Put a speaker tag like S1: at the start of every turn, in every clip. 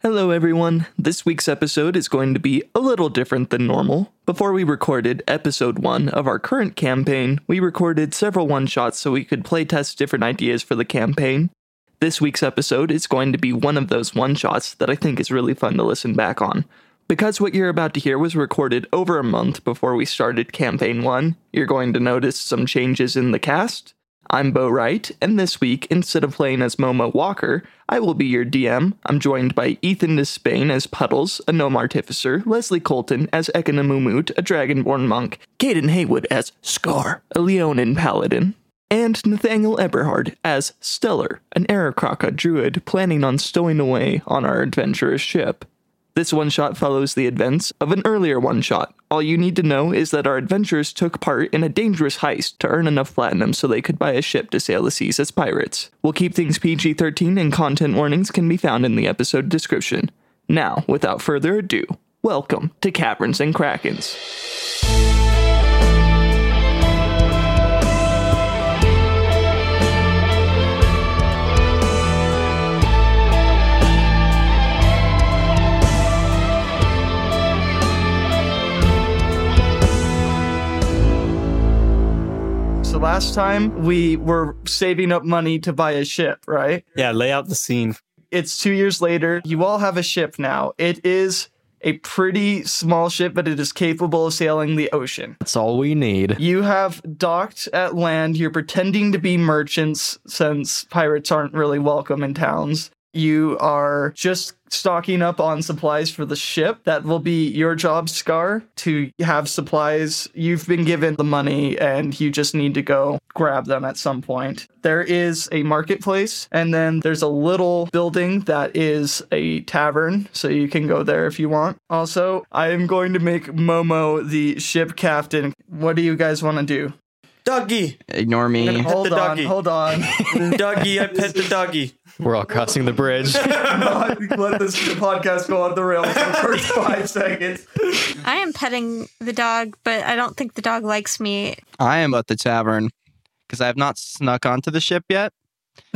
S1: Hello, everyone. This week's episode is going to be a little different than normal. Before we recorded episode one of our current campaign, we recorded several one shots so we could playtest different ideas for the campaign. This week's episode is going to be one of those one shots that I think is really fun to listen back on. Because what you're about to hear was recorded over a month before we started campaign one, you're going to notice some changes in the cast. I'm Bo Wright, and this week, instead of playing as Momo Walker, I will be your DM. I'm joined by Ethan Despain as Puddles, a gnome artificer, Leslie Colton as Ekanamumut, a dragonborn monk, Caden Haywood as Scar, a Leonin paladin, and Nathaniel Eberhard as Stellar, an Aracroca druid planning on stowing away on our adventurous ship. This one shot follows the events of an earlier one shot. All you need to know is that our adventurers took part in a dangerous heist to earn enough platinum so they could buy a ship to sail the seas as pirates. We'll keep things PG 13 and content warnings can be found in the episode description. Now, without further ado, welcome to Caverns and Krakens. So last time we were saving up money to buy a ship, right?
S2: Yeah, lay out the scene.
S1: It's two years later. You all have a ship now. It is a pretty small ship, but it is capable of sailing the ocean.
S3: That's all we need.
S1: You have docked at land. You're pretending to be merchants since pirates aren't really welcome in towns. You are just stocking up on supplies for the ship. That will be your job, Scar, to have supplies. You've been given the money and you just need to go grab them at some point. There is a marketplace, and then there's a little building that is a tavern, so you can go there if you want. Also, I am going to make Momo the ship captain. What do you guys want to do?
S2: Doggy,
S3: Ignore me.
S1: hold
S2: the
S1: on,
S2: doggy.
S1: hold on.
S2: doggy, I pet the doggy.
S3: We're all crossing the bridge.
S1: Not let this podcast go on the rails for the first five seconds.
S4: I am petting the dog, but I don't think the dog likes me.
S5: I am at the tavern because I have not snuck onto the ship yet.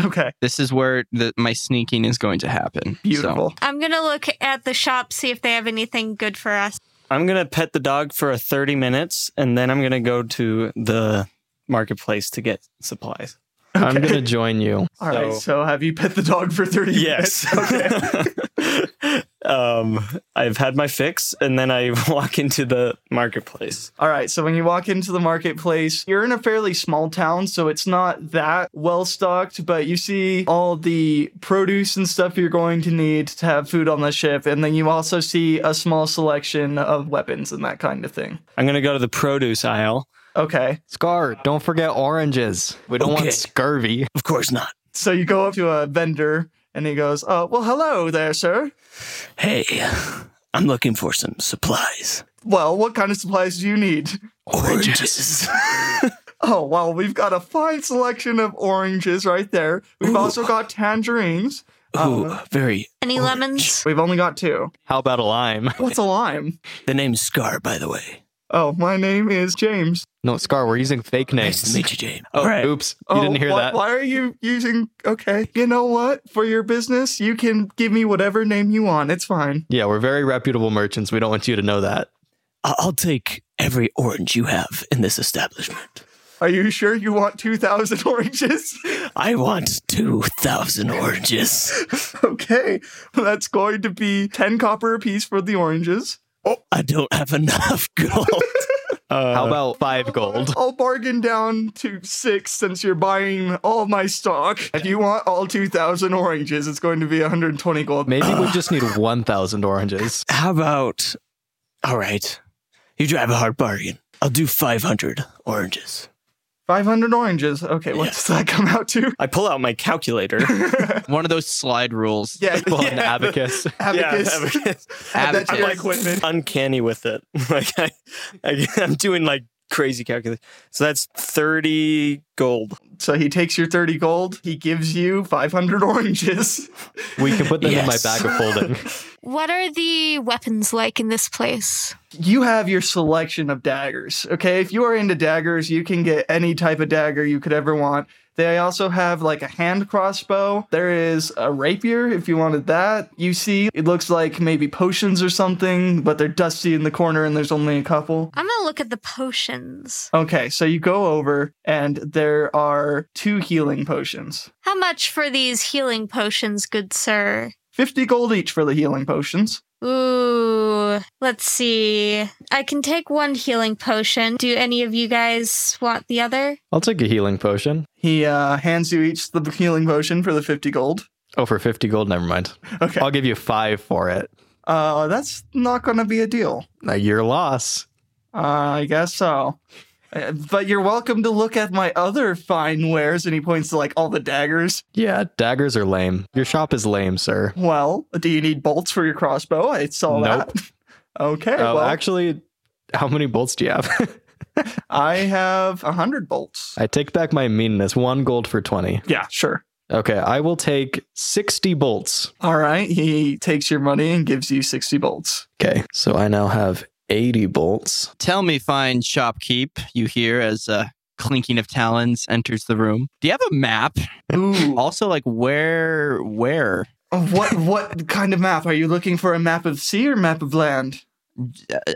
S1: Okay,
S5: This is where the, my sneaking is going to happen. So,
S1: beautiful.
S4: I'm gonna look at the shop, see if they have anything good for us.
S2: I'm gonna pet the dog for a 30 minutes, and then I'm gonna go to the marketplace to get supplies.
S3: I'm going to join you.
S1: All right, so, have you pet the dog for 30
S2: Yes.
S1: minutes? Okay.
S2: um, I've had my fix, and then I walk into the marketplace.
S1: All right, so when you walk into the marketplace, you're in a fairly small town, so it's not that well stocked, but you see all the produce and stuff you're going to need to have food on the ship, and then you also see a small selection of weapons and that kind of thing.
S2: I'm gonna go to the produce aisle.
S1: Okay.
S3: Scar, don't forget oranges. We don't
S2: Okay.
S3: want scurvy.
S2: Of course not.
S1: So you go up to a vendor and he goes, "Oh, well, hello there, sir.
S2: Hey, I'm looking for some supplies.
S1: Well, what kind of supplies do you need?"
S2: Oranges.
S1: Oh, well, we've got a fine selection of oranges right there. We've also got tangerines. Uh,
S2: Ooh, very.
S4: Any lemons?
S1: We've only got two.
S3: How about a lime?
S1: What's a lime?
S2: The name's Scar, by the way.
S1: Oh, my name is James.
S3: No, Scar, we're using fake names.
S2: you, James. All right.
S3: Oops,
S1: Oh,
S3: you didn't hear
S1: why,
S3: that.
S1: Why are you using? Okay, you know what? For your business, you can give me whatever name you want. It's fine.
S3: Yeah, we're very reputable merchants. We don't want you to know that.
S6: I- I'll take every orange you have in this establishment.
S1: Are you sure you want two thousand oranges?
S6: I want 2,000 oranges.
S1: okay, that's going to be ten copper apiece for the oranges.
S6: I don't have enough gold.
S3: How about five gold?
S1: I'll bargain down to six since you're buying all my stock. If you want all 2,000 oranges, it's going to be 120 gold.
S3: Maybe we just need 1,000 oranges.
S6: How about. All right. You drive a hard bargain. I'll do 500 oranges.
S1: 500 oranges. Okay, what does that come out to?
S2: I pull out my calculator.
S5: One of those slide rules.
S1: Yeah,
S3: Well,
S1: yeah.
S3: an abacus.
S1: Abacus.
S2: Yeah, abacus.
S1: Add that to your
S5: Abacus.
S1: equipment.
S2: uncanny with it. Like I, I I'm doing like crazy calculations. So that's 30 gold.
S1: So he takes your 30 gold. He gives you 500 oranges.
S3: We can put them
S6: Yes.
S3: in my bag of folding.
S4: What are the weapons like in this place?
S1: You have your selection of daggers. Okay, if you are into daggers, you can get any type of dagger you could ever want. They also have like a hand crossbow. There is a rapier if you wanted that. You see, it looks like maybe potions or something, but they're dusty in the corner and there's only a couple.
S4: I'm gonna look at the potions.
S1: Okay, so you go over and there are two healing potions.
S4: How much for these healing potions, good sir?
S1: 50 gold each for the healing potions.
S4: Ooh, let's see. I can take one healing potion. Do any of you guys want the other?
S3: I'll take a healing potion.
S1: He uh, hands you each the healing potion for the 50 gold.
S3: Oh, for 50 gold, never mind.
S1: Okay.
S3: I'll give you five for it.
S1: Uh, that's not going to be a deal.
S3: Uh, Your loss.
S1: Uh, I guess so. Uh, But you're welcome to look at my other fine wares, and he points to like all the daggers.
S3: Yeah, daggers are lame. Your shop is lame, sir.
S1: Well, do you need bolts for your crossbow? I saw
S3: Nope.
S1: that. okay,
S3: Oh,
S1: well,
S3: actually, how many bolts do you have?
S1: I have a hundred bolts.
S3: I take back my meanness. One gold for 20.
S1: yeah, sure.
S3: Okay, I will take 60 bolts.
S1: All right, he takes your money and gives you sixty bolts.
S3: Okay, so I now have 80 bolts.
S5: Tell me, fine shopkeep, you hear as a clinking of talons enters the room. Do you have a map?
S1: Ooh,
S5: Also, like where, where?
S1: what what kind of map are you looking for? A map of sea or map of land?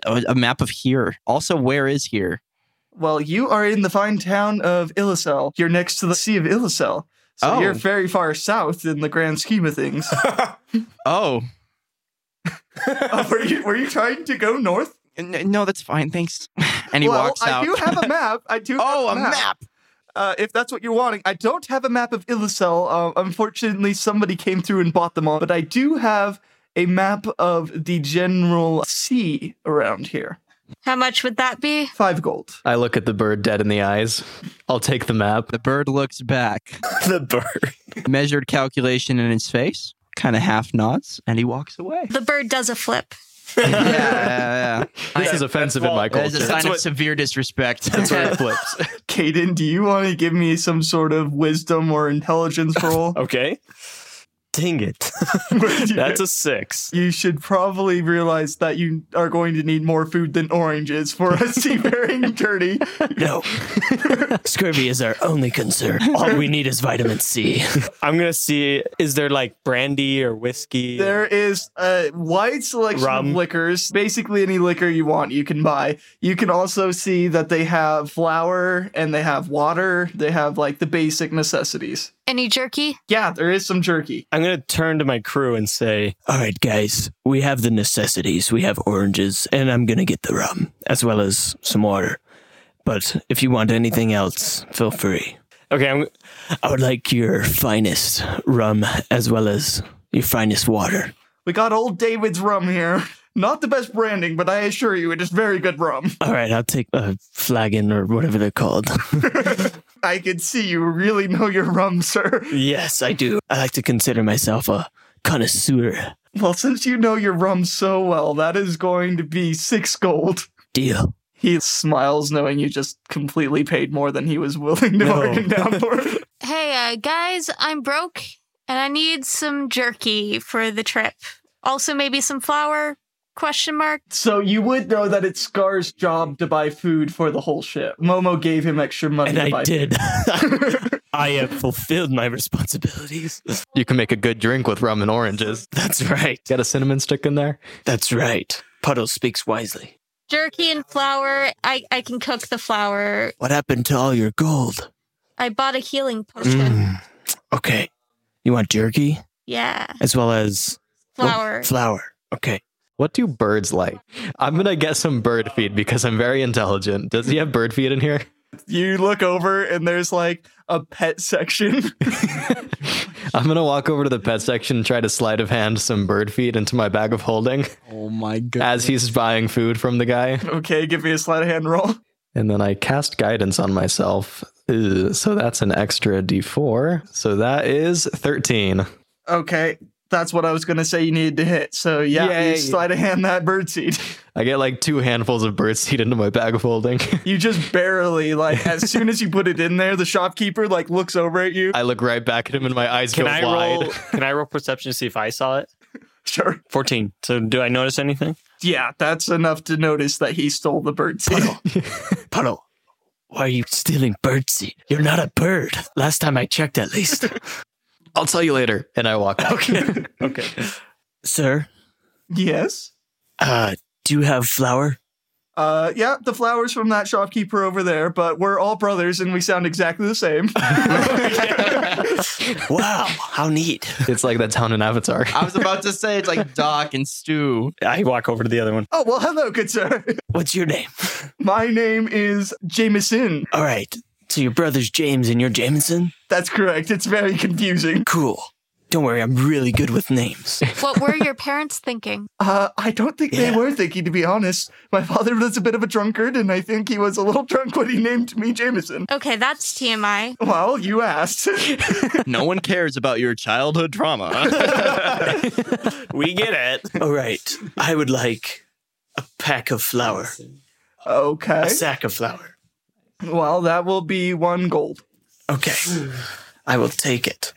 S5: A, a map of here. Also, where is here?
S1: Well, you are in the fine town of Illicel. You're next to the Sea of Illicel. So
S5: Oh.
S1: you're very far south in the grand scheme of things.
S5: Oh,
S1: Oh, were, you, were you trying to go north?
S5: n- no, that's fine. Thanks. And he
S1: well,
S5: walks out.
S1: I do have a map. I do.
S5: oh, a
S1: have
S5: map.
S1: Uh, if that's what you're wanting, I don't have a map of Illicel. Uh, unfortunately, somebody came through and bought them all. But I do have a map of the general sea around here.
S4: How much would that be?
S1: Five gold.
S3: I look at the bird dead in the eyes. I'll take the map.
S5: The bird looks back,
S7: the bird.
S5: measured calculation in his face, kind of half nods, and he walks away.
S4: The bird does a flip.
S5: yeah, yeah, yeah.
S3: This is offensive in my
S7: well,
S5: That is
S3: culture.
S5: a sign of
S7: what-
S5: severe disrespect.
S3: That's where it flips.
S1: Caden, do you want to give me some sort of wisdom or intelligence roll?
S7: Okay. Dang it. That's a six.
S1: you should probably realize that you are going to need more food than oranges for a seafaring journey.
S2: No. Scurvy is our only concern. All we need is vitamin C.
S7: I'm gonna see. Is there like brandy or whiskey?
S1: There is a wide selection of
S7: Rum.
S1: liquors. Basically, any liquor you want, you can buy. You can also see that they have flour and they have water. They have like the basic necessities.
S4: Any jerky?
S1: Yeah, there is some jerky.
S7: I'm gonna turn to my crew and say,
S2: All right, guys, we have the necessities. We have oranges, and I'm going to get the rum as well as some water. But if you want anything else, feel free.
S7: "Okay, I'm
S2: I would like your finest rum as well as your finest water.
S1: We got old David's rum here. Not the best branding, but I assure you, it is very good rum.
S2: All right, I'll take a flagon or whatever they're called.
S1: I can see you really know your rum, sir.
S2: yes, I do. I like to consider myself a connoisseur.
S1: Well, since you know your rum so well, that is going to be six gold.
S2: Deal.
S1: He smiles, knowing you just completely paid more than he was willing to bargain down for.
S4: Hey, uh, guys, I'm broke and I need some jerky for the trip. Also, maybe some flour? Question mark.
S1: so you would know that it's Scar's job to buy food for the whole ship. Momo gave him extra money.
S2: And
S1: to
S2: I
S1: buy
S2: did. I have fulfilled my responsibilities.
S3: You can make a good drink with rum and oranges.
S2: That's right.
S3: Got a cinnamon stick in there?
S2: That's right. Puddle speaks wisely.
S4: Jerky and flour. I, I can cook the flour.
S2: What happened to all your gold?
S4: I bought a healing potion.
S2: Mm. Okay. You want jerky
S4: Yeah.
S2: as well as oh,
S4: Flour.
S2: flour. Okay.
S3: What do birds like? I'm gonna get some bird feed because I'm very intelligent. Does he have bird feed in here?
S1: You look over, and there's like a pet section.
S3: I'm gonna walk over to the pet section and try to sleight of hand some bird feed into my bag of holding
S5: oh my god!
S3: as he's buying food from the guy.
S1: okay, give me a sleight of hand roll.
S3: And then I cast guidance on myself. Ugh, so that's an extra d4. So that is 13.
S1: Okay, that's what I was gonna say. You needed to hit. So yeah, you
S3: Yay.
S1: sleight of hand that birdseed.
S3: I get like two handfuls of bird seed into my bag of holding.
S1: You just barely like as soon as you put it in there, the shopkeeper like looks over at you.
S3: I look right back at him and my eyes
S7: Can
S3: go
S7: I
S3: wide.
S7: roll? Can I roll perception to see if I saw it?
S1: Sure.
S7: Fourteen. So do I notice anything?
S1: Yeah, that's enough to notice that he stole the birdseed.
S2: Puddle. Why are you stealing birdseed? You're not a bird. Last time I checked, at least.
S3: I'll tell you later. And I walk out.
S7: Okay. okay.
S2: Sir,
S1: Yes.
S2: uh, do you have flour?
S1: Uh, yeah, the flowers from that shopkeeper over there, but we're all brothers and we sound exactly the same.
S2: Wow, how neat.
S3: It's like that town in Avatar.
S5: I was about to say it's like Doc and Stu.
S7: I walk over to the other one.
S1: oh, well, hello, good sir.
S2: What's your name?
S1: My name is Jameson.
S2: All right. So your brother's James and you're Jameson?
S1: That's correct. It's very confusing.
S2: Cool. Don't worry, I'm really good with names.
S4: What were your parents thinking?
S1: Uh, I don't think
S2: Yeah.
S1: they were thinking, to be honest. My father was a bit of a drunkard, and I think he was a little drunk when he named me Jameson.
S4: Okay, that's TMI.
S1: Well, you asked.
S5: No one cares about your childhood trauma.
S7: We get it.
S2: All right. I would like a pack of flour,
S1: okay.
S2: a sack of flour.
S1: Well, that will be one gold.
S2: Okay. I will take it.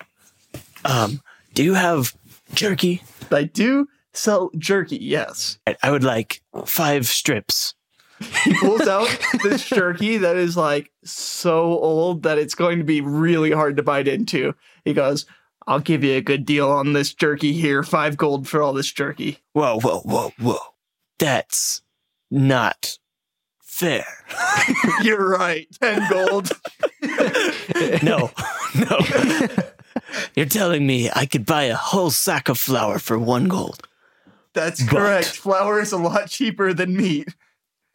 S2: Um, do you have jerky?
S1: I do sell jerky, yes.
S2: I- I would like five strips.
S1: He pulls out this jerky that is like so old that it's going to be really hard to bite into. He goes, I'll give you a good deal on this jerky here. Five gold for all this jerky.
S2: Whoa, whoa, whoa, whoa. That's not fair.
S1: You're right. Ten gold.
S2: No, no. You're telling me I could buy a whole sack of flour for one gold,
S1: That's
S2: But-
S1: correct. Flour is a lot cheaper than meat.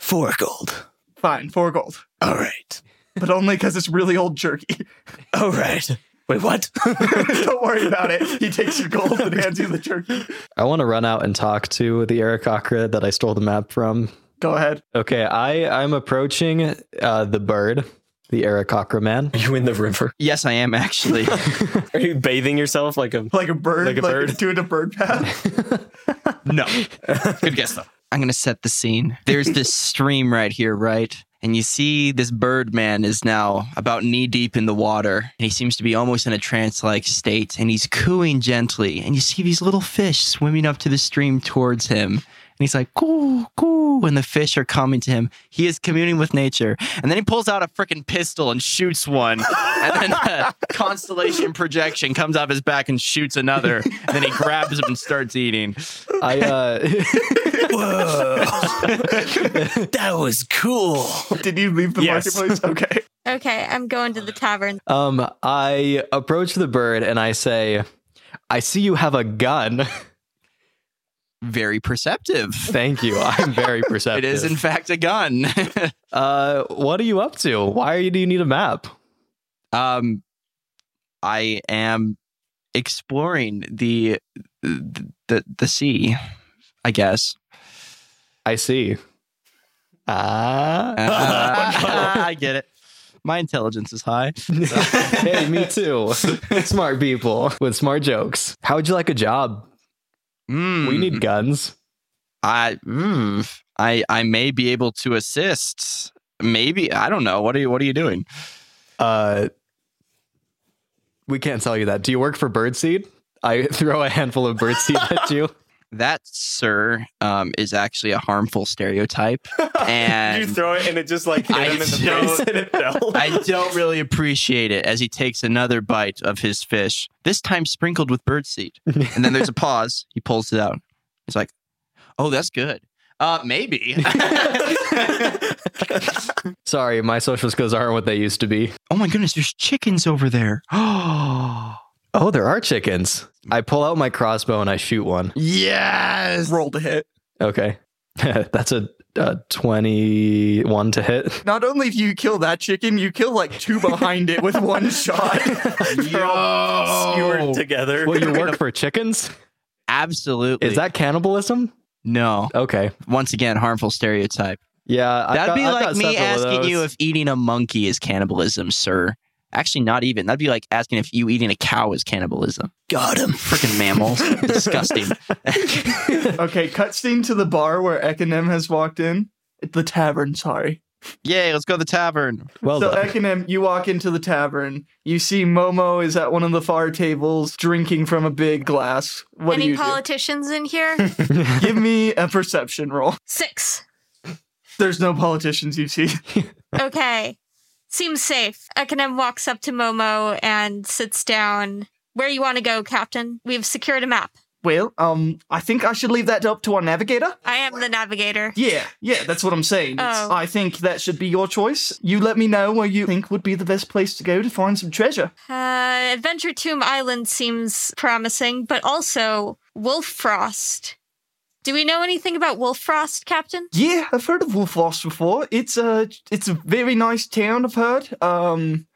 S2: four gold.
S1: Fine, four gold.
S2: All right.
S1: But only because it's really old jerky.
S2: All right. Wait, what?
S1: Don't worry about it. He takes your gold and hands you the jerky.
S3: I want to run out and talk to the Eric Akra that I stole the map from.
S1: Go ahead.
S3: Okay, I, I'm approaching uh, the bird, the Eric Akra man.
S7: Are you in the river?
S5: yes, I am actually.
S7: Are you bathing yourself like a
S1: Like a bird,
S7: Like a bird.
S1: doing a bird path.
S5: No. Good guess though. I'm gonna set the scene. There's this stream right here, right? And you see this birdman is now about knee deep in the water, and he seems to be almost in a trance-like state, and he's cooing gently, and you see these little fish swimming up to the stream towards him. And he's like, coo, coo, and the fish are coming to him. He is communing with nature. And then he pulls out a freaking pistol and shoots one. And then a constellation projection comes off his back and shoots another. And then he grabs him and starts eating.
S3: I uh,
S2: Whoa. that was cool.
S1: Did you leave the
S7: Yes.
S1: marketplace? Okay.
S4: Okay, I'm going to the tavern.
S3: Um, I approach the bird and I say, I see you have a gun.
S5: Very perceptive.
S3: Thank you. I'm very
S5: It
S3: perceptive.
S5: is, in fact, a gun.
S3: Uh, what are you up to? Why are you, do you need a map?
S5: um, I am exploring the the the sea, I guess.
S3: I see. Ah.
S5: Uh, I get it. My intelligence is high.
S3: hey, me too. Smart people with smart jokes. How would you like a job?
S5: Mm,
S3: We need guns.
S5: I mm, I I may be able to assist. Maybe I don't know. What are you What are you doing?
S3: Uh, we can't tell you that. Do you work for Birdseed? I throw a handful of birdseed at you.
S5: That, sir, um, is actually a harmful stereotype, and
S7: you throw it and it just like hit
S5: I
S7: him in the
S5: don't-
S7: face and it fell.
S5: I don't really appreciate it as he takes another bite of his fish, this time sprinkled with birdseed. And then there's a pause. He pulls it out. He's like, oh, that's good. Uh, maybe.
S3: Sorry, my social skills aren't what they used to be.
S5: oh my goodness, there's chickens over there. Oh,
S3: Oh, there are chickens. I pull out my crossbow and I shoot one.
S5: yes.
S1: Roll to hit.
S3: Okay. That's a, a 21 to hit.
S1: Not only do you kill that chicken, you kill like two behind it with one shot.
S7: They're all
S5: Yo.
S7: skewered together.
S3: Will you work for chickens?
S5: Absolutely.
S3: Is that cannibalism?
S5: no?
S3: Okay.
S5: Once again, harmful stereotype.
S3: Yeah. I've
S5: That'd
S3: got-
S5: be
S3: I've
S5: like
S3: got
S5: me
S3: several of
S5: asking you
S3: those.
S5: if eating a monkey is cannibalism, sir. Actually, not even. That'd be like asking if you eating a cow is cannibalism.
S2: Got him.
S5: Freaking mammals. Disgusting.
S1: okay, cutscene to the bar where Ekinem has walked in. The tavern, sorry.
S5: Yay, let's go to the tavern.
S3: Well
S1: so,
S3: done.
S1: Ekinem, you walk into the tavern. You see Momo is at one of the far tables drinking from a big glass. What do
S4: Any
S1: you
S4: politicians in here?
S1: do? Give me a perception roll.
S4: Six.
S1: There's no politicians you see.
S4: Okay. Seems safe. Ekinem walks up to Momo and sits down. Where you want to go, Captain? We've secured a map.
S1: Well, um, I think I should leave that up to our navigator.
S4: I am the navigator.
S1: Yeah, yeah, that's what I'm saying. It's-
S4: Oh.
S1: I think that should be your choice. You let me know where you think would be the best place to go to find some treasure.
S4: Uh, Adventure Tomb Island seems promising, but also Wolf Frost. Do we know anything about Wolf Frost, Captain?
S1: Yeah, I've heard of Wolfrost before. It's a it's a very nice town. I've heard. Um,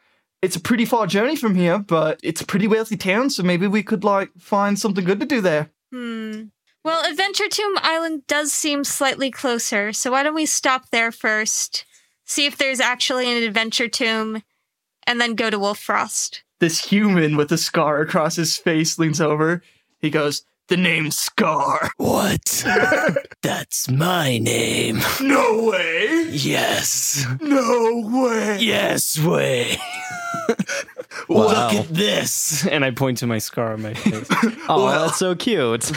S1: it's a pretty far journey from here, but it's a pretty wealthy town. So maybe we could like find something good to do there.
S4: Hmm. Well, Adventure Tomb Island does seem slightly closer, so why don't we stop there first, see if there's actually an Adventure Tomb, and then go to Wolf Frost.
S1: This human with a scar across his face leans over. He goes, "The name's Scar.
S2: What? That's my name.
S1: No way.
S2: Yes.
S1: No way.
S2: Yes way. Look at this.
S8: And I point to my scar on my face.
S3: Oh, that's so cute.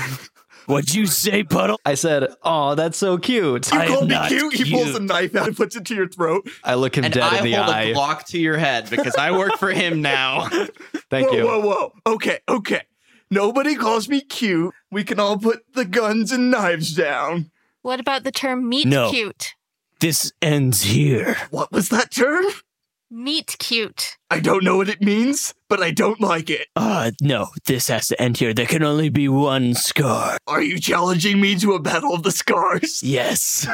S2: What'd you say, Puddle?
S3: I said, "Oh, that's so cute."
S2: I am not
S1: knife out and puts it to your throat.
S3: I look him
S5: And
S3: dead
S5: I
S3: in the
S5: hold
S3: eye.
S5: a block to your head because I work for him now.
S3: Thank you.
S1: whoa, whoa. Okay, okay. Nobody calls me cute. We can all put the guns and knives down.
S4: What about the term meat
S2: No.
S4: cute?
S2: This ends here.
S1: What was that term?
S4: Meat cute.
S1: I don't know what it means, but I don't like it.
S2: Uh, no, this has to end here. There can only be one scar.
S1: Are you challenging me to a battle of the scars?
S2: Yes.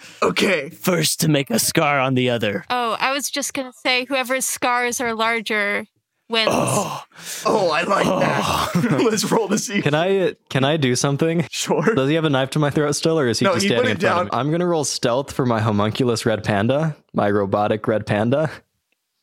S1: Okay.
S2: First to make a scar on the other.
S4: Oh, I was just gonna say whoever's scars are larger wins.
S2: Oh,
S1: Oh, I like that.
S3: Oh.
S1: Let's roll the see.
S3: Can I can I do something?
S1: Sure.
S3: Does he have a knife to my throat still, or is he
S1: No,
S3: just
S1: he put
S3: standing
S1: it
S3: in front of me?
S1: down.
S3: I'm gonna roll stealth for my homunculus red panda, my robotic red panda.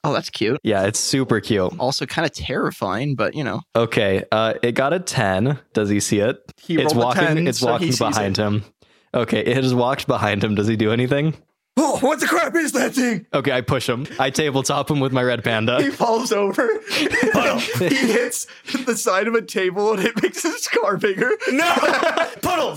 S5: oh, that's cute.
S3: Yeah, it's super cute.
S5: Also kind of terrifying, but you know.
S3: Okay, uh, it got a ten. Does he see it?
S1: He
S3: it's
S1: rolled a
S3: walking.
S1: 10,
S3: it's
S1: so he
S3: walking
S1: sees
S3: behind him. Okay, it has walked behind him. Does he do anything?
S1: Oh, what the crap is that thing?
S3: Okay, I push him. I tabletop him with my red
S1: He
S3: panda.
S1: falls over. he hits the side of a table and it makes his scar bigger. No! Puddle!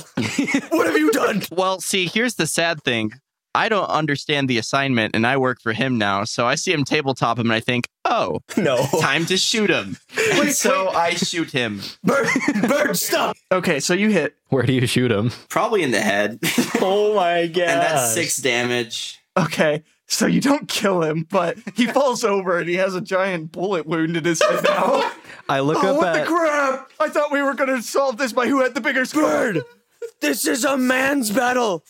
S1: what have you done?
S5: Well, see, here's the sad thing. I don't understand the assignment and I work for him now. So I see him tabletop him and I think, oh,
S8: no.
S5: time to shoot him. And so I shoot him.
S1: Bird, bird, stop! Okay, so you hit.
S3: Where do you shoot him?
S5: Probably in the head.
S8: Oh my god.
S5: damage.
S1: Okay, so you don't kill him, but he falls over and he has a giant bullet wound in his head now.
S3: I look
S1: oh,
S3: up
S1: what
S3: at.
S1: the crap! I thought we were gonna solve this by who had the bigger scar.
S2: this is a man's battle.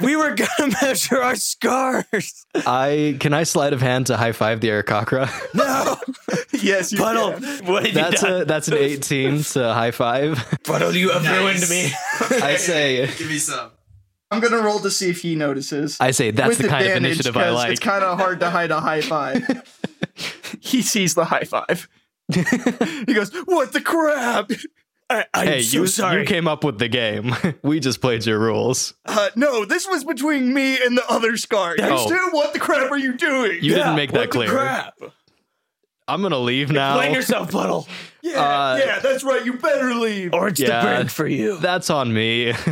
S2: We were gonna measure our scars.
S3: I can I sleight of hand to high five the Arakakra.
S2: No,
S1: yes, you
S2: Puddle.
S1: can.
S2: What have
S3: That's
S2: you done?
S3: a that's an eighteen to high five.
S2: Puddle, you have ruined me.
S3: I say
S5: Give me some.
S1: I'm gonna roll to see if he notices.
S3: I say that's
S1: With
S3: the kind of
S1: advantage,
S3: initiative I
S1: 'cause
S3: like.
S1: It's kind of hard to hide a high five. he sees the high five. he goes, "What the crap?
S2: I, I'm
S3: hey,
S2: so
S3: you
S2: sorry.
S3: you came up with the game. we just played your rules.
S1: Uh, no, this was between me and the other scar. You
S3: Oh.
S1: two, what the crap are you doing?
S3: You didn't make that
S2: what the
S3: clear.
S2: crap?
S3: I'm gonna leave now.
S2: Blame yourself, Puddle,
S1: yeah,
S3: uh,
S1: yeah, that's right. You better leave.
S2: or it's
S3: Yeah.
S2: the brand for you.
S3: That's on me.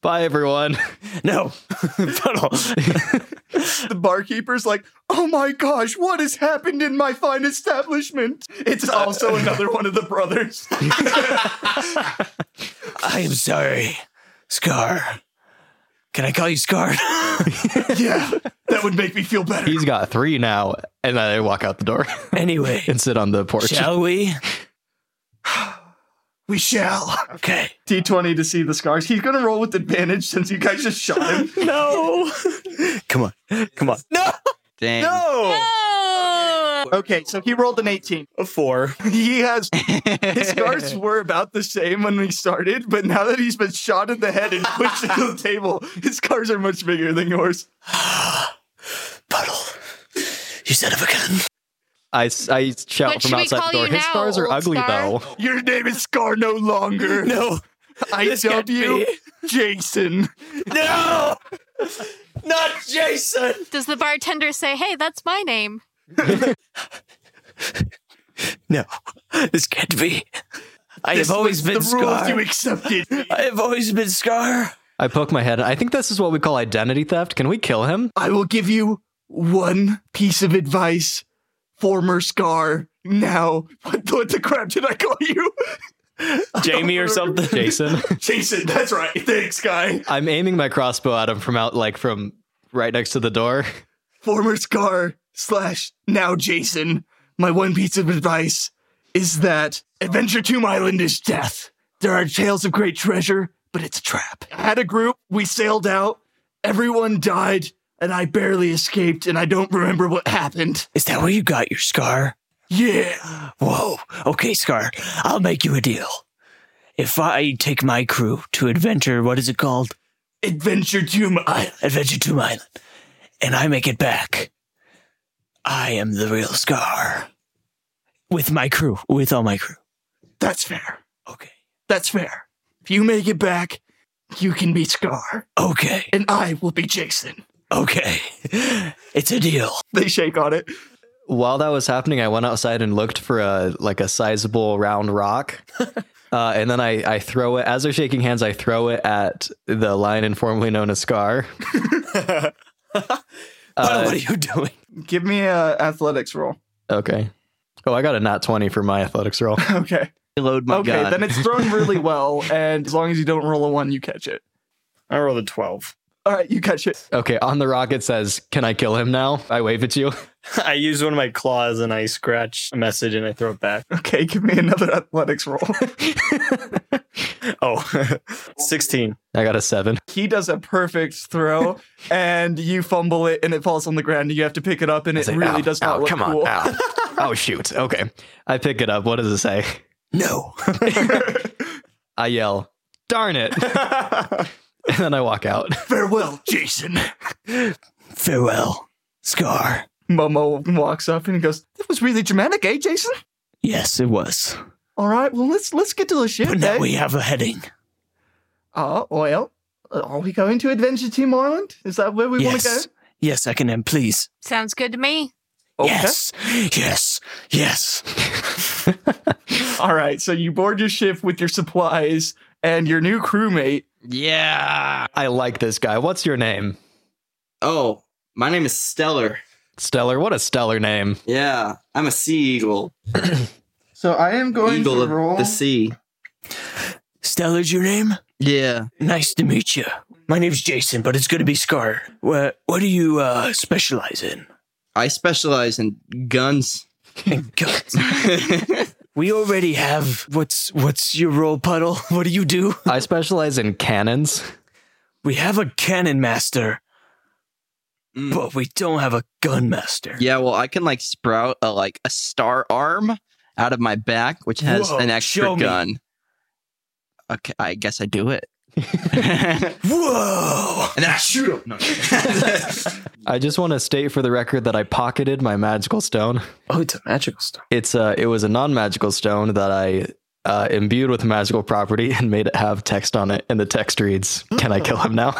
S3: Bye everyone.
S2: no, Puddle.
S1: the barkeeper's like, "Oh my gosh, what has happened in my fine establishment?" It's also another one of the brothers.
S2: I am sorry, Scar. Can I call you Scar?
S1: yeah, that would make me feel better.
S3: He's got three now, and then I walk out the door
S2: anyway,
S3: and sit on the porch.
S2: shall we?
S1: we shall.
S2: Okay.
S1: D20 to see the scars. He's gonna roll with advantage since you guys just shot him.
S2: No. Come on. Come on. No.
S5: Dang.
S8: No.
S4: Oh!
S1: Okay, so he rolled an 18.
S8: A four.
S1: He has his scars were about the same when we started, but now that he's been shot in the head and pushed to the table, his scars are much bigger than yours.
S2: Puddle. You son of a gun.
S3: I, s- I shout
S4: What
S3: from
S4: should we
S3: outside
S4: call
S3: the door.
S4: you
S3: His
S4: now,
S3: scars are
S4: old
S3: ugly
S4: scar?"
S3: though.
S1: Your name is Scar no longer.
S2: No.
S1: I
S2: this can't
S1: W
S2: be.
S1: Jason.
S2: No. Not Jason.
S4: Does the bartender say, hey, that's my name?
S2: No. This can't be. I
S1: This
S2: have
S1: was
S2: always been
S1: the rules you
S2: Scar.
S1: accepted.
S2: I have always been Scar.
S3: I poke my head. I think this is what we call identity theft. Can we kill him?
S1: I will give you one piece of advice. Former Scar, now. What, what the crap did I call you?
S9: Jamie or something.
S3: Jason.
S1: Jason, that's right. Thanks, guy.
S3: I'm aiming my crossbow at him from out like from right next to the door.
S1: Former Scar slash now Jason. My one piece of advice is that Adventure Tomb Island is death. There are tales of great treasure, but it's a trap. I had a group, we sailed out, everyone died, and I barely escaped, and I don't remember what happened.
S2: Is that where you got your scar?
S1: Yeah.
S2: Whoa. Okay, Scar. I'll make you a deal. If I take my crew to adventure, what is it called?
S1: Adventure Tomb Island.
S2: Adventure Tomb Island, and I make it back, I am the real Scar. With my crew, with all my crew.
S1: That's fair.
S2: Okay.
S1: That's fair. If you make it back, you can be Scar,
S2: Okay.
S1: and I will be Jason.
S2: Okay. It's a deal.
S1: They shake on it.
S3: While that was happening, I went outside and looked for a like a sizable round rock. Uh, and then I, I throw it as they're shaking hands. I throw it at the lion informally known as Scar.
S2: But what
S3: Uh,
S2: are you doing?
S1: Give me a athletics roll.
S3: okay. Oh, I got a nat twenty for my athletics roll.
S1: Okay.
S5: Reload my
S1: okay,
S5: gun.
S1: then it's thrown really well, and as long as you don't roll a one, you catch it.
S9: I rolled a 12.
S1: All right, you catch it.
S3: Okay, on the rock it says, "Can I kill him now?" I wave at you.
S9: I use one of my claws and I scratch a message and I throw it back.
S1: Okay, give me another athletics roll.
S9: Oh, 16.
S3: I got a seven.
S1: he does a perfect throw, and you fumble it, and it falls on the ground. and You have to pick it up, and it
S3: It's like,
S1: really
S3: "Ow,
S1: does
S3: ow,
S1: not look
S3: come
S1: cool.
S3: on. ow. oh shoot. Okay, I pick it up. What does it say?
S2: No.
S3: I yell, "Darn it!" and then I walk out.
S1: Farewell, Jason.
S2: Farewell, Scar.
S1: Momo walks up and he goes, "That was really dramatic, eh, Jason?
S2: Yes, it was.
S1: All right, well let's let's get to the ship.
S2: But now
S1: eh?
S2: we have a heading.
S1: Oh well, are we going to Adventure Team Island? Is that where we want to go?
S2: yes. Yes, I can end, please.
S4: Sounds good to me.
S1: Okay.
S2: Yes. Yes. Yes.
S1: All right, so you board your ship with your supplies and your new crewmate.
S5: yeah.
S3: I like this guy. What's your name?
S5: Oh, my name is Stellar.
S3: Stellar. What a stellar name.
S5: Yeah, I'm a sea eagle.
S1: So I am going
S5: eagle
S1: to
S5: of
S1: roll.
S5: the sea.
S2: Stella's your name?
S5: Yeah.
S2: Nice to meet you. My name's Jason, but it's good to be Scar. What, what do you uh, specialize in?
S5: I specialize in guns.
S2: And guns. we already have what's what's your role puddle? What do you do?
S3: I specialize in cannons.
S2: We have a cannon master,
S5: Mm.
S2: but we don't have a gun master.
S5: Yeah, well, I can like sprout a like a star arm out of my back, which has
S2: Whoa,
S5: an
S2: show
S5: extra
S2: me.
S5: gun. Okay, I guess I do it.
S2: Whoa!
S5: And then I shoot him. No.
S3: I just want to state for the record that I pocketed my magical stone.
S2: Oh, it's a magical star.
S3: It's uh it was a non-magical stone that I uh, imbued with magical property and made it have text on it, and the text reads, "Can I kill him now?"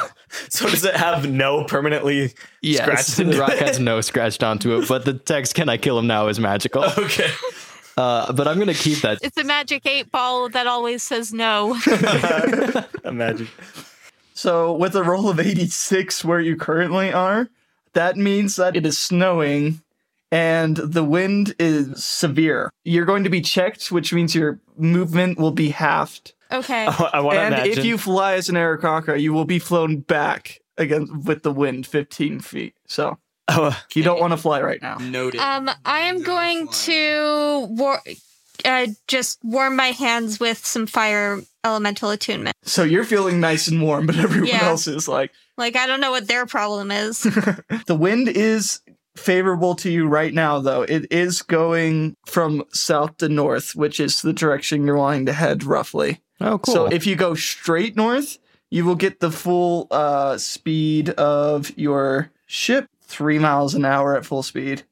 S9: So does it have no permanently? Scratched into
S3: the rock
S9: it.
S3: has no scratched onto it, but the text "Can I kill him now?" is magical.
S9: Okay.
S3: Uh, but I'm gonna keep that.
S4: It's a magic eight ball that always says no.
S9: Imagine.
S1: So with a roll of 86 where you currently are, that means that it is snowing and the wind is severe. You're going to be checked, which means your movement will be halved.
S2: Oh,
S4: Okay.
S9: I, want to
S1: and
S9: imagine.
S1: if you fly as an Arakaka, you will be flown back again with the wind 15 feet. So
S2: Oh,
S1: you don't want to fly right now.
S5: Noted.
S4: Um, I am going to war- uh, just warm my hands with some fire elemental attunement.
S1: So you're feeling nice and warm, but everyone
S4: Yeah.
S1: else is like
S4: Like I don't know what their problem is.
S1: the wind is favorable to you right now though it is going from south to north which is the direction you're wanting to head roughly
S3: Oh, cool.
S1: so if you go straight north you will get the full uh, speed of your ship three miles an hour at full speed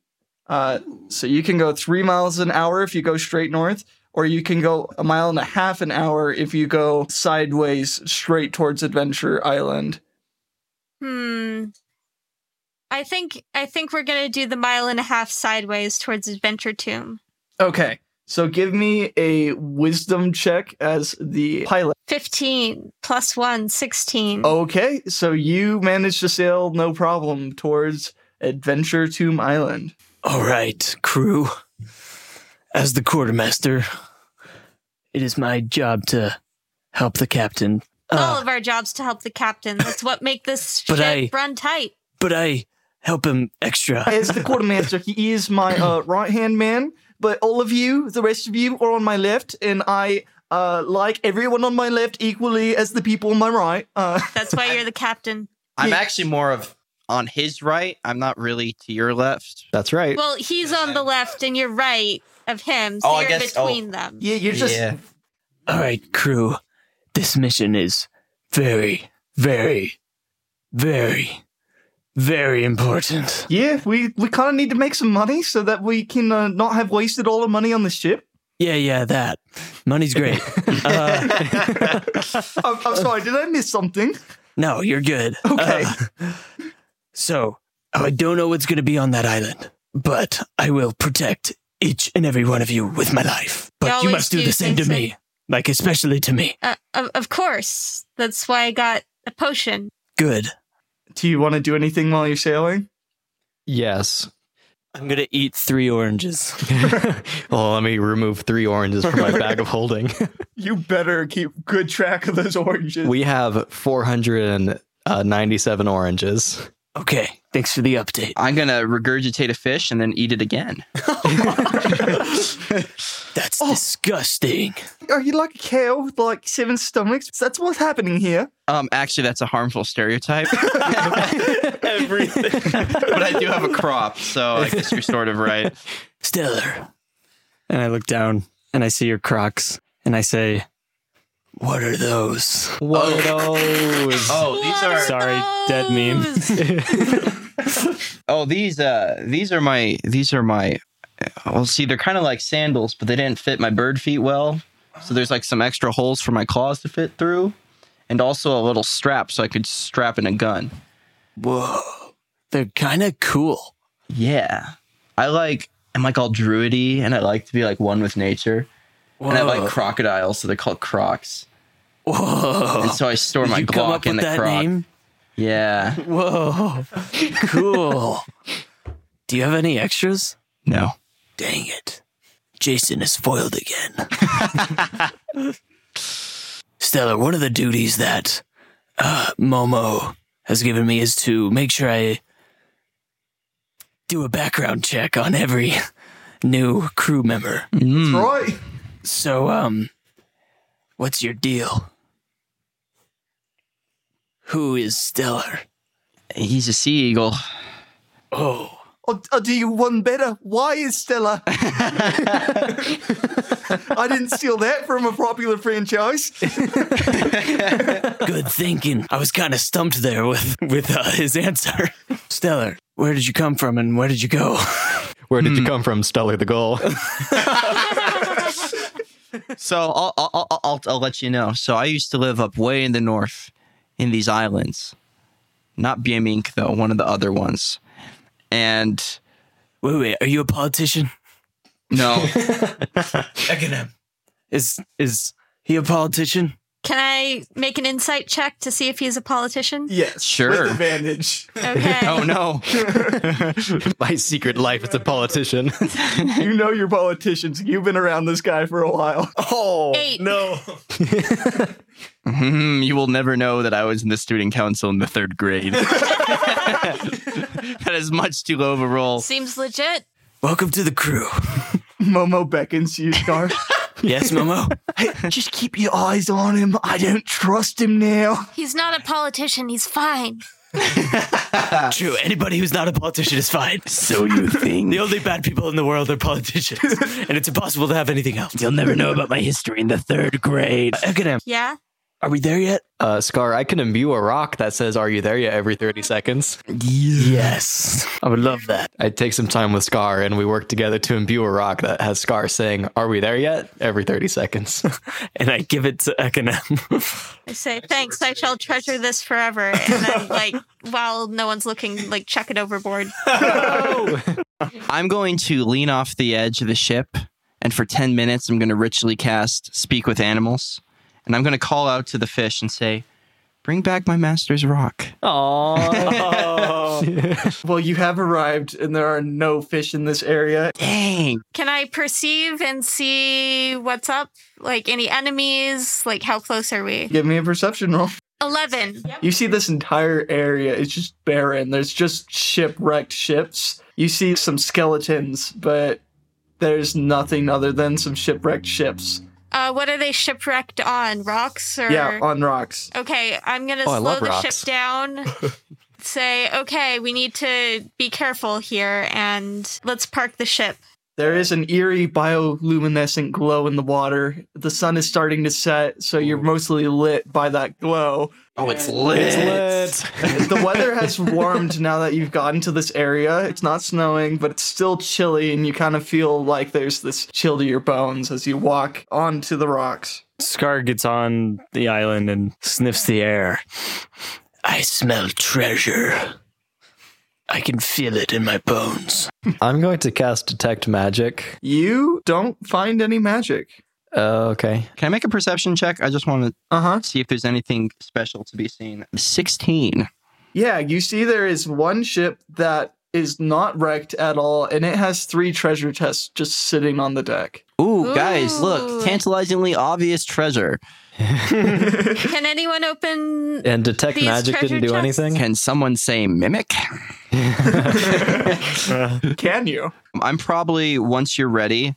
S1: uh, so you can go three miles an hour if you go straight north or you can go a mile and a half an hour if you go sideways straight towards adventure island
S4: hmm. I think I think we're gonna do the mile and a half sideways towards Adventure Tomb.
S1: Okay. So give me a wisdom check as the pilot.
S4: 15 plus 1, 16.
S2: Oh,
S1: Okay. So you managed to sail no problem towards Adventure Tomb Island.
S2: All right, crew. As the quartermaster, it is my job to help the captain.
S4: It's
S2: Uh,
S4: all of our jobs to help the captain. That's what make this
S2: But
S4: ship
S2: I-
S4: run tight.
S2: but I help him extra.
S1: As the quartermaster, he is my uh, right hand man, but all of you, the rest of you, are on my left, and I uh, like everyone on my left equally as the people on my right. Uh,
S4: That's why you're the captain.
S5: I'm actually more of on his right. I'm not really to your left.
S3: That's right.
S4: Well, he's on the left and you're right of him, so
S5: Oh, I
S4: you're
S5: guess- oh.
S4: between them.
S1: yeah, you're just
S5: Yeah.
S2: All right, crew. This mission is very, very, very, very important.
S1: Yeah, we, we kind of need to make some money so that we can uh, not have wasted all the money on the ship.
S2: Yeah, yeah, that. Money's great. uh,
S1: I'm, I'm sorry, did I miss something?
S2: no, you're good.
S1: Okay.
S2: Uh, so, I don't know what's going to be on that island, but I will protect each and every one of you with my life. But you
S4: always
S2: must do,
S4: do
S2: the same to
S4: things
S2: me. Like, especially to me.
S4: Uh, of, of course. That's why I got a potion.
S2: Good.
S1: Do you want to do anything while you're sailing?
S3: yes.
S2: I'm going to eat three oranges.
S3: well, let me remove three oranges from my bag of holding.
S1: You better keep good track of those oranges.
S3: we have 497 oranges.
S2: Okay. Thanks for the update.
S5: I'm gonna regurgitate a fish and then eat it again.
S2: That's disgusting.
S1: Are you like a cow with like seven stomachs? That's what's happening here.
S5: Um, actually, that's a harmful stereotype.
S10: Everything.
S5: but I do have a crop, so I guess you're sort of right.
S2: Stellar.
S11: And I look down and I see your Crocs and I say,
S2: What are those?
S3: What are those?
S5: Oh, these
S4: What
S5: are
S11: Sorry, dead meme.
S4: those?
S5: oh these uh these are my these are my well see they're kind of like sandals, but they didn't fit my bird feet well. So there's like some extra holes for my claws to fit through, and also a little strap so I could strap in a gun.
S2: Whoa. They're kind of cool.
S5: Yeah, I like I'm like all druidy, and I like to be like one with nature. And I like crocodiles, so they're called crocs.
S2: Whoa.
S5: And so I store my
S2: you come up
S5: Glock
S2: with
S5: in the
S2: that
S5: croc.
S2: name?
S5: Yeah.
S2: Whoa. Cool. Do you have any extras?
S5: No.
S2: Dang it. Jason is foiled again. Stellar, one of the duties that uh, Momo has given me is to make sure I do a background check on every new crew member.
S1: Right.
S2: So, um, what's your deal? Who is Stellar?
S5: He's a sea eagle.
S2: Oh,
S1: I'll, I'll do you one better. Why is Stella? I didn't steal that from a popular franchise.
S2: good thinking. I was kind of stumped there with with uh, his answer. Stellar, where did you come from and where did you go?
S3: Where did you come from, Stellar the Goal?
S5: So I'll, I'll, I'll, I'll, I'll let you know. So I used to live up way in the north in these islands. Not Biamink, though, one of the other ones. And
S2: Wait, wait, are you a politician?
S5: no,
S2: Is is he a politician?
S4: Can I make an insight check to see if he's a politician?
S1: Yes.
S5: Sure.
S1: With advantage.
S4: Okay.
S5: oh no.
S3: my secret life as a politician.
S1: You know your politicians. You've been around this guy for a while.
S4: Eight.
S5: Hmm, you will never know that I was in the student council in the third grade. that is much too low of a role.
S4: Seems legit.
S2: Welcome to the crew.
S1: Momo beckons you, Scar.
S2: Yes, Momo.
S1: Just keep your eyes on him. I don't trust him now.
S4: He's not a politician. He's fine.
S11: Uh,
S2: True. Anybody who's not a politician is fine.
S5: So you think?
S2: The only bad people in the world are politicians, and it's impossible to have anything else. Uh,
S11: You'll never know about my history in the third grade.
S2: Ekinem,
S4: Yeah.
S2: are we there yet?
S3: Uh, Scar, I can imbue a rock that says, Are you there yet? every 30 seconds.
S2: Yes. I would love that.
S3: I take some time with Scar and we work together to imbue a rock that has Scar saying, Are we there yet? every 30 seconds.
S11: And I give it to Ekinem.
S4: I say thanks. I shall treasure this forever. And then, like, while no one's looking, like, chuck it overboard.
S5: I'm going to lean off the edge of the ship, and for 10 minutes, I'm going to ritually cast Speak with Animals. And I'm going to call out to the fish and say, Bring back my master's rock.
S1: well, you have arrived, and there are no fish in this area.
S5: Dang.
S4: Can I perceive and see what's up? Like any enemies? Like how close are we?
S1: Give me a perception roll.
S4: 11.
S1: You see this entire area, it's just barren. There's just shipwrecked ships. You see some skeletons, but there's nothing other than some shipwrecked ships.
S4: Uh, what are they shipwrecked on? Rocks or
S1: Yeah, on rocks.
S4: Okay, I'm going to
S3: Oh, I
S4: slow
S3: love
S4: the
S3: rocks.
S4: ship down. say, "Okay, we need to be careful here and let's park the ship."
S1: There is an eerie bioluminescent glow in the water. The sun is starting to set, so you're mostly lit by that glow.
S5: Oh, it's lit.
S1: the weather has warmed now that you've gotten to this area. It's not snowing, but it's still chilly, and you kind of feel like there's this chill to your bones as you walk onto the rocks.
S7: Scar gets on the island and sniffs the air.
S2: I smell treasure. I can feel it in my bones.
S3: I'm going to cast detect magic.
S1: You don't find any magic.
S3: Uh, okay.
S5: Can I make a perception check? I just want
S1: Uh huh.
S5: to see if there's anything special to be seen. 16.
S1: Yeah, you see, there is one ship that is not wrecked at all, and it has three treasure chests just sitting on the deck.
S5: Ooh, guys,
S4: Ooh.
S5: look. Tantalizingly obvious treasure.
S4: Can anyone open
S3: And detect
S4: These
S3: magic
S4: treasure
S3: didn't do
S4: chests?
S3: anything.
S5: Can someone say mimic?
S1: Can you?
S5: I'm probably, once you're ready,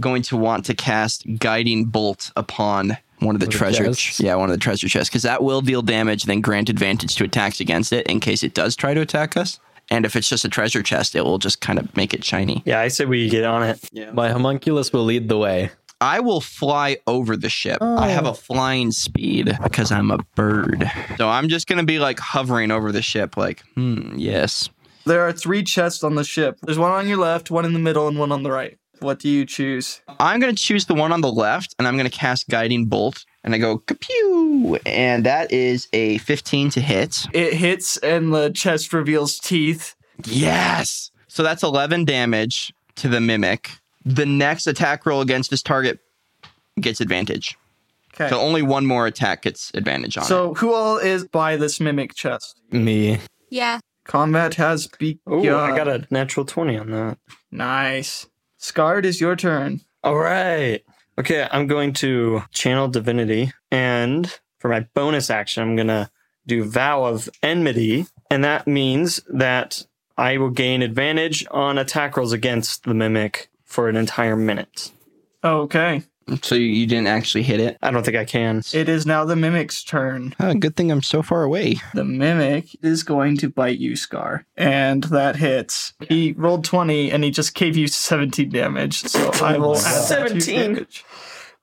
S5: going to want to cast Guiding Bolt upon one of the
S3: the
S5: treasure
S3: chests?
S5: yeah one of the treasure chests because that will deal damage then grant advantage to attacks against it in case it does try to attack us and if it's just a treasure chest it will just kind of make it shiny
S7: Yeah, I said we get on it.
S3: My homunculus will lead the way.
S5: I will fly over the ship. I have
S1: Oh.
S5: a flying speed because I'm a bird. So I'm just going to be like hovering over the ship, like, hmm, yes.
S1: There are three chests on the ship. There's one on your left, one in the middle, and one on the right. What do you choose?
S5: I'm going to choose the one on the left and I'm going to cast Guiding Bolt and I go, kapew. And that is a 15 to hit.
S1: It hits, and the chest reveals teeth.
S5: Yes. So that's 11 damage to the mimic. The next attack roll against this target gets advantage.
S1: Okay.
S5: So only one more attack gets advantage on it.
S1: So, who all is by this mimic chest?
S3: Me.
S4: Yeah.
S1: Combat has begun.
S7: Ooh, I got a natural 20 on that.
S1: nice. Scarred is your turn.
S7: All right. Okay, I'm going to channel divinity. And for my bonus action, I'm going to do vow of enmity. And that means that I will gain advantage on attack rolls against the mimic for an entire minute.
S1: Okay.
S5: So you, you didn't actually hit it.
S7: I don't think I can.
S1: It is now the mimic's turn.
S5: Oh, good thing I'm so far away.
S1: The mimic is going to bite you, Scar. And that hits. He rolled 20 and he just gave you 17 damage. So I will add 17 damage.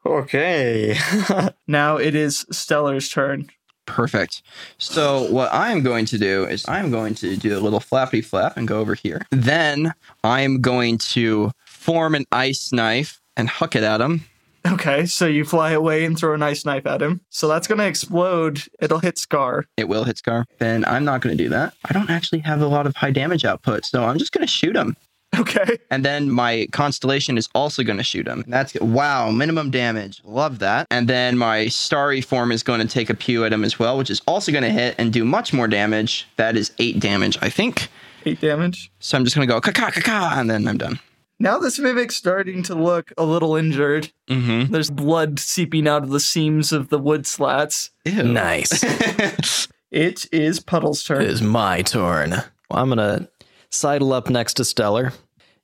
S7: Okay.
S1: Now it is Stellar's turn.
S5: Perfect. So what I am going to do is I am going to do a little flappy flap and go over here. Then I am going to form an ice knife and huck it at him.
S1: Okay, so you fly away and throw an ice knife at him. So that's going to explode. It'll hit Scar.
S5: It will hit Scar. Then I'm not going to do that. I don't actually have a lot of high damage output, so I'm just going to shoot him.
S1: Okay.
S5: And then my constellation is also going to shoot him. That's wow, minimum damage. Love that. And then my starry form is going to take a pew at him as well, which is also going to hit and do much more damage. That is eight damage, I think.
S1: 8 damage.
S5: So I'm just going to go ka ka ka ka, and then I'm done.
S1: Now this mimic's starting to look a little injured.
S5: Mm-hmm.
S1: There's blood seeping out of the seams of the wood slats.
S2: Nice. it
S1: It is Puddle's turn.
S2: is my turn.
S3: Well, I'm gonna sidle up next to Stellar,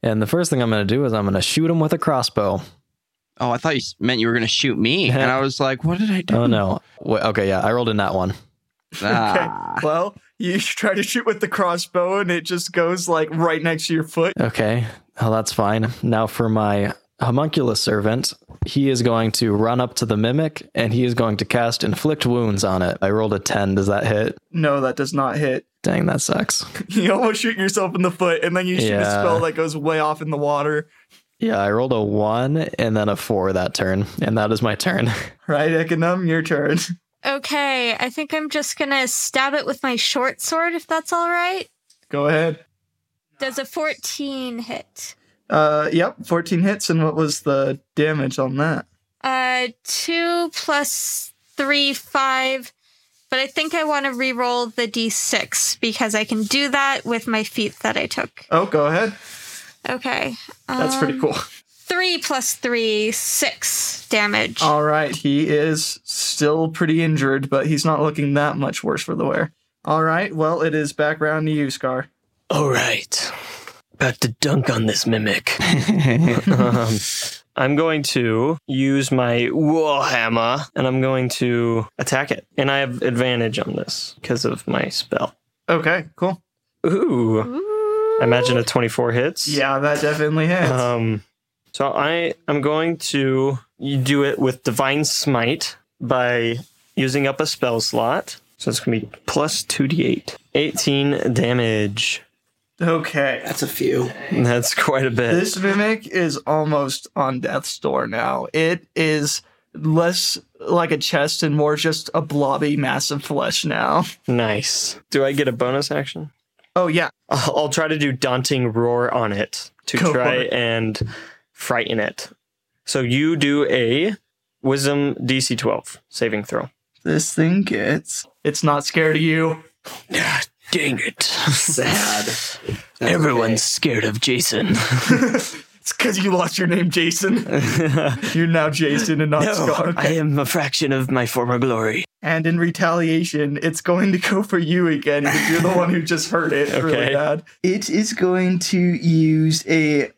S3: and the first thing I'm gonna do is I'm gonna shoot him with a crossbow.
S5: Oh, I thought you s- meant you were going to shoot me. And I was like, what did I do?
S3: Oh no! Wait, okay, yeah, I rolled in that one.
S1: Okay.
S5: Ah.
S1: Well, you try to shoot with the crossbow and it just goes like right next to your foot.
S3: Okay, well that's fine. Now for my homunculus servant, he is going to run up to the mimic and he is going to cast inflict wounds on it. I rolled a ten. Does that hit?
S1: No, that does not hit.
S3: Dang, that sucks.
S1: You almost shoot yourself in the foot and then you shoot a
S3: Yeah.
S1: spell that goes way off in the water.
S3: Yeah, I rolled a one and then a four that turn, and that is my turn.
S1: Right, Econom, your turn.
S4: Okay, I think I'm just going to stab it with my short sword if that's all right.
S1: Go ahead.
S4: Does a 14 hit?
S1: Uh yep, 14 hits and what was the damage on that?
S4: Uh 2 plus 3 5 But I think I want to re-roll the d6 because I can do that with my feat that I took.
S1: Oh, go ahead.
S4: Okay.
S1: That's pretty
S4: um,
S1: cool.
S4: Three plus three, six damage.
S1: All right, he is still pretty injured, but he's not looking that much worse for the wear. All right, well, it is back round to you, Scar.
S2: All right. About to dunk on this mimic.
S7: um, I'm going to use my wool hammer and I'm going to attack it. And I have advantage on this because of my spell.
S1: Okay, cool.
S7: Ooh.
S4: Ooh.
S7: I imagine a 24 hits.
S1: Yeah, that definitely hits.
S7: Um, so I am going to do it with Divine Smite by using up a spell slot. So it's going to be plus 2d8. 18 damage.
S1: okay.
S12: That's a few.
S7: That's quite a bit.
S1: This mimic is almost on death's door now. It is less like a chest and more just a blobby mass of flesh now.
S7: nice. Do I get a bonus action?
S1: Oh, yeah.
S7: I'll I'll try to do daunting roar on it to
S1: Go for
S7: try
S1: it.
S7: and frighten it. So you do a wisdom DC 12 saving throw.
S1: This thing gets. It's not scared of you.
S2: Dang it.
S12: Sad. That's
S2: Everyone's
S12: okay.
S2: scared of Jason.
S1: It's because you lost your name, Jason. You're now Jason and not Scar.
S2: I am a fraction of my former glory.
S1: And in retaliation, it's going to go for you again because you're the one who just hurt it really
S7: Okay.
S1: bad. It is going to use a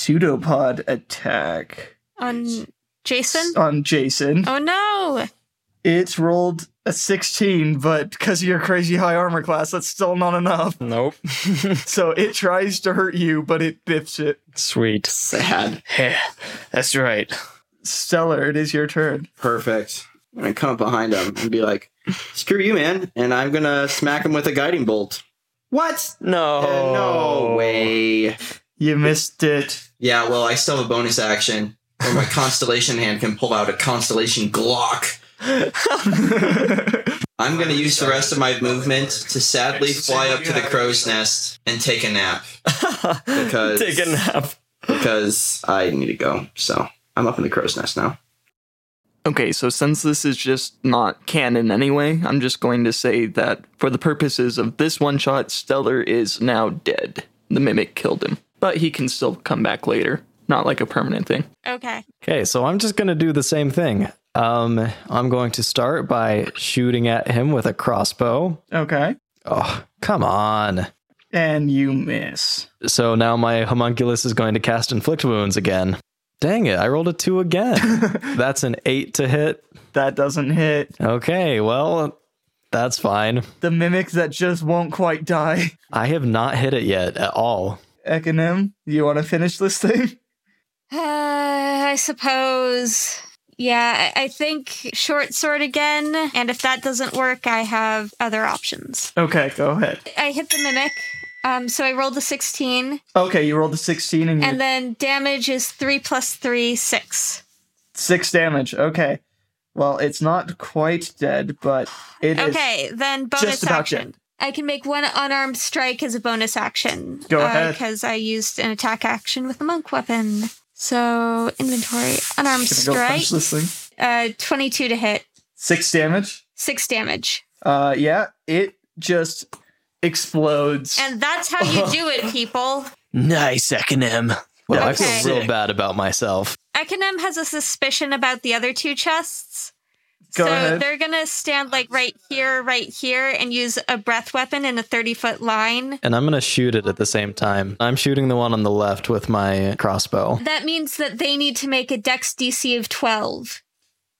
S1: pseudopod attack
S4: On Jason?
S1: on Jason.
S4: Oh no!
S1: It's rolled a 16, but because of your crazy high armor class, that's still not enough.
S7: nope.
S1: So it tries to hurt you, but it biffs it.
S7: Sweet.
S12: Sad.
S7: That's right.
S1: Stellar, it is your turn.
S12: Perfect. I'm gonna come up behind him and be like, "Screw you, man!" And I'm gonna smack him with a guiding bolt. What?
S5: Oh.
S7: No.
S12: No way.
S1: You missed it.
S12: Yeah. Well, I still have a bonus action, or my constellation hand can pull out a constellation Glock. I'm gonna use the rest of my movement to sadly fly up to the crow's nest and take a nap Because-
S7: Take a nap.
S12: because I need to go. So I'm up in the crow's nest now.
S13: Okay, so since this is just not canon anyway, I'm just going to say that for the purposes of this one shot, Stellar is now dead. The mimic killed him, but he can still come back later. Not like a permanent thing.
S4: Okay.
S3: Okay, so I'm just gonna do the same thing. Um, I'm going to start by shooting at him with a crossbow.
S1: Okay.
S3: Oh, come on.
S1: And you miss.
S3: So now my homunculus is going to cast inflict wounds again. Dang it, I rolled a two again. That's an eight to hit.
S1: That doesn't hit.
S3: Okay, well, that's fine.
S1: The mimic that just won't quite die.
S3: I have not hit it yet at all.
S1: Ekonim, you want to finish this thing?
S4: Uh, I suppose. Yeah, I I think short sword again. And if that doesn't work, I have other options.
S1: Okay, go ahead.
S4: I hit the mimic. Um, so I rolled a 16,
S1: Okay, you rolled a 16 and,
S4: and
S1: you
S4: then damage is 3 plus 3, 6.
S1: 6 damage. Okay. Well, it's not quite dead, but it is.
S4: Okay, then bonus
S1: just about
S4: action. I can make one unarmed strike as a bonus action.
S1: Go ahead.
S4: Because I used an attack action with a monk weapon. So inventory, unarmed
S1: Gonna go
S4: strike,
S1: punch this thing.
S4: uh, 22 to hit,
S1: 6 damage.
S4: 6 damage.
S1: Uh, yeah, it just explodes.
S4: And that's how you do it, people.
S2: Nice, Ekinem.
S3: Well, I
S4: Okay.
S3: feel real bad about myself.
S4: Ekonem has a suspicion about the other two chests.
S1: Go
S4: so
S1: ahead.
S4: they're going to stand like right here, right here, and use a breath weapon in a 30 foot line.
S3: And I'm gonna shoot it at the same time. I'm shooting the one on the left with my crossbow.
S4: That means that they need to make a dex DC of 12.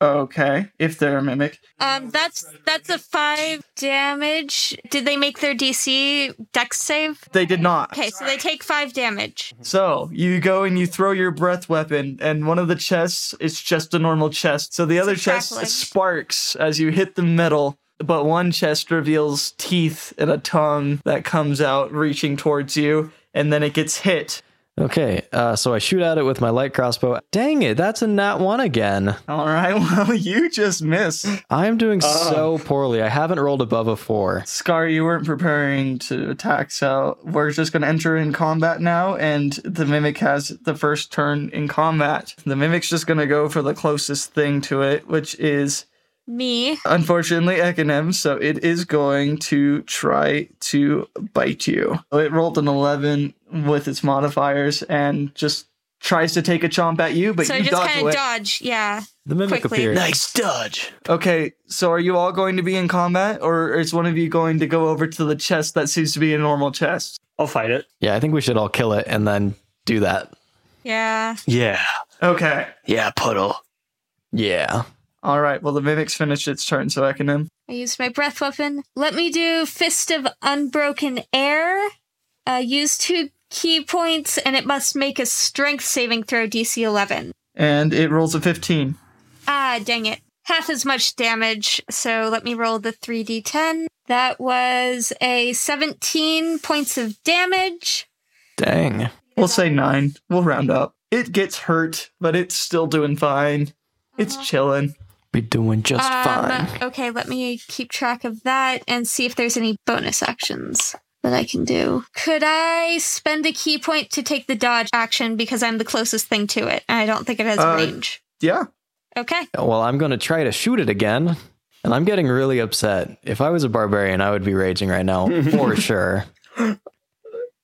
S1: okay, if they're a mimic.
S4: Um, that's that's a five damage. Did they make their DC dex save?
S1: They did not.
S4: Okay, so they take five damage.
S1: So you go and you throw your breath weapon, and one of the chests is just a normal chest. So the other chest
S4: crackling.
S1: sparks as you hit the metal, but one chest reveals teeth and a tongue that comes out reaching towards you, and then it gets hit.
S3: Okay, uh, so I shoot at it with my light crossbow. Dang it, that's a nat one again.
S1: All right, well, you just missed.
S3: I'm doing
S4: Uh-huh.
S3: so poorly. I haven't rolled above a four.
S1: Scar, you weren't preparing to attack, so we're just going to enter in combat now, and the Mimic has the first turn in combat. The Mimic's just going to go for the closest thing to it, which is
S4: Me.
S1: Unfortunately, Ekinem, so it is going to try to bite you. It rolled an 11 with its modifiers and just tries to take a chomp at you, but
S4: so I
S1: you
S4: just
S1: dodge
S4: kind
S1: away.
S4: of dodge. Yeah.
S3: The mimic
S4: Quickly.
S3: appears.
S2: Nice dodge.
S1: Okay, so are you all going to be in combat, or is one of you going to go over to the chest that seems to be a normal chest?
S7: I'll fight it.
S3: Yeah, I think we should all kill it and then do that.
S4: Yeah.
S2: Yeah.
S1: Okay.
S2: Yeah, puddle.
S3: Yeah.
S1: All right. Well, the mimic's finished its turn, so um, Ekinem.
S4: I used my breath weapon. Let me do Fist of Unbroken Air. Uh, use two key points, and it must make a strength saving throw DC 11.
S1: And it rolls a 15.
S4: Ah, dang it. Half as much damage, so let me roll the 3d10. That was a 17 points of damage.
S3: Dang.
S1: We'll say nine. We'll round up. It gets hurt, but it's still doing fine. It's chilling.
S3: Be doing just
S4: Um,
S3: fine.
S4: okay, let me keep track of that and see if there's any bonus actions that I can do. Could I spend a key point to take the dodge action because I'm the closest thing to it and I don't think it has
S1: Uh,
S4: range?
S1: Yeah.
S4: Okay.
S3: Well, I'm going to try to shoot it again. And I'm getting really upset. If I was a barbarian, I would be raging right now for sure.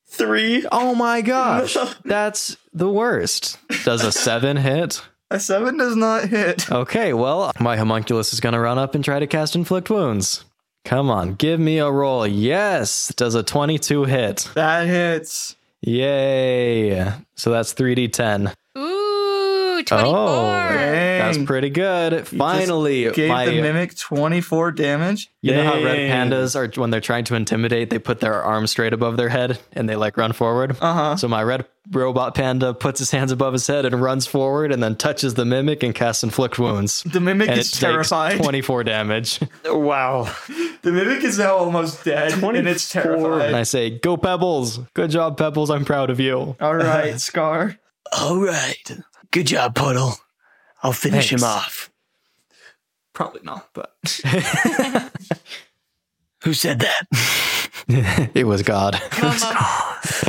S7: Three.
S3: Oh my gosh. That's the worst. Does a seven hit?
S1: A seven does not hit.
S3: Okay, well, my homunculus is going to run up and try to cast inflict wounds. Come on, give me a roll. Yes, does a 22 hit.
S1: That hits.
S3: Yay. So that's 3d10.
S4: Ooh, 24.
S3: Oh, That's
S1: Dang.
S3: pretty good. Finally,
S1: Gave
S3: my,
S1: the mimic 24 damage.
S3: you know how red
S7: Yay.
S3: pandas are when they're trying to intimidate, they put their arms straight above their head and they like run forward.
S1: Uh huh.
S3: So my red robot panda puts his hands above his head and runs forward and then touches the mimic and casts inflict wounds.
S1: The mimic
S3: and
S1: is terrified.
S3: takes 24 damage.
S7: Wow.
S1: The mimic is now almost dead, and it's
S7: 24.
S1: terrified.
S3: And I say, Go Pebbles! Good job, Pebbles. I'm proud of you.
S1: All right, Scar.
S2: All right. Good job, puddle. I'll finish him
S3: Thanks.
S2: off.
S1: Probably not, but
S2: Who said that?
S3: It was God.
S4: Momo.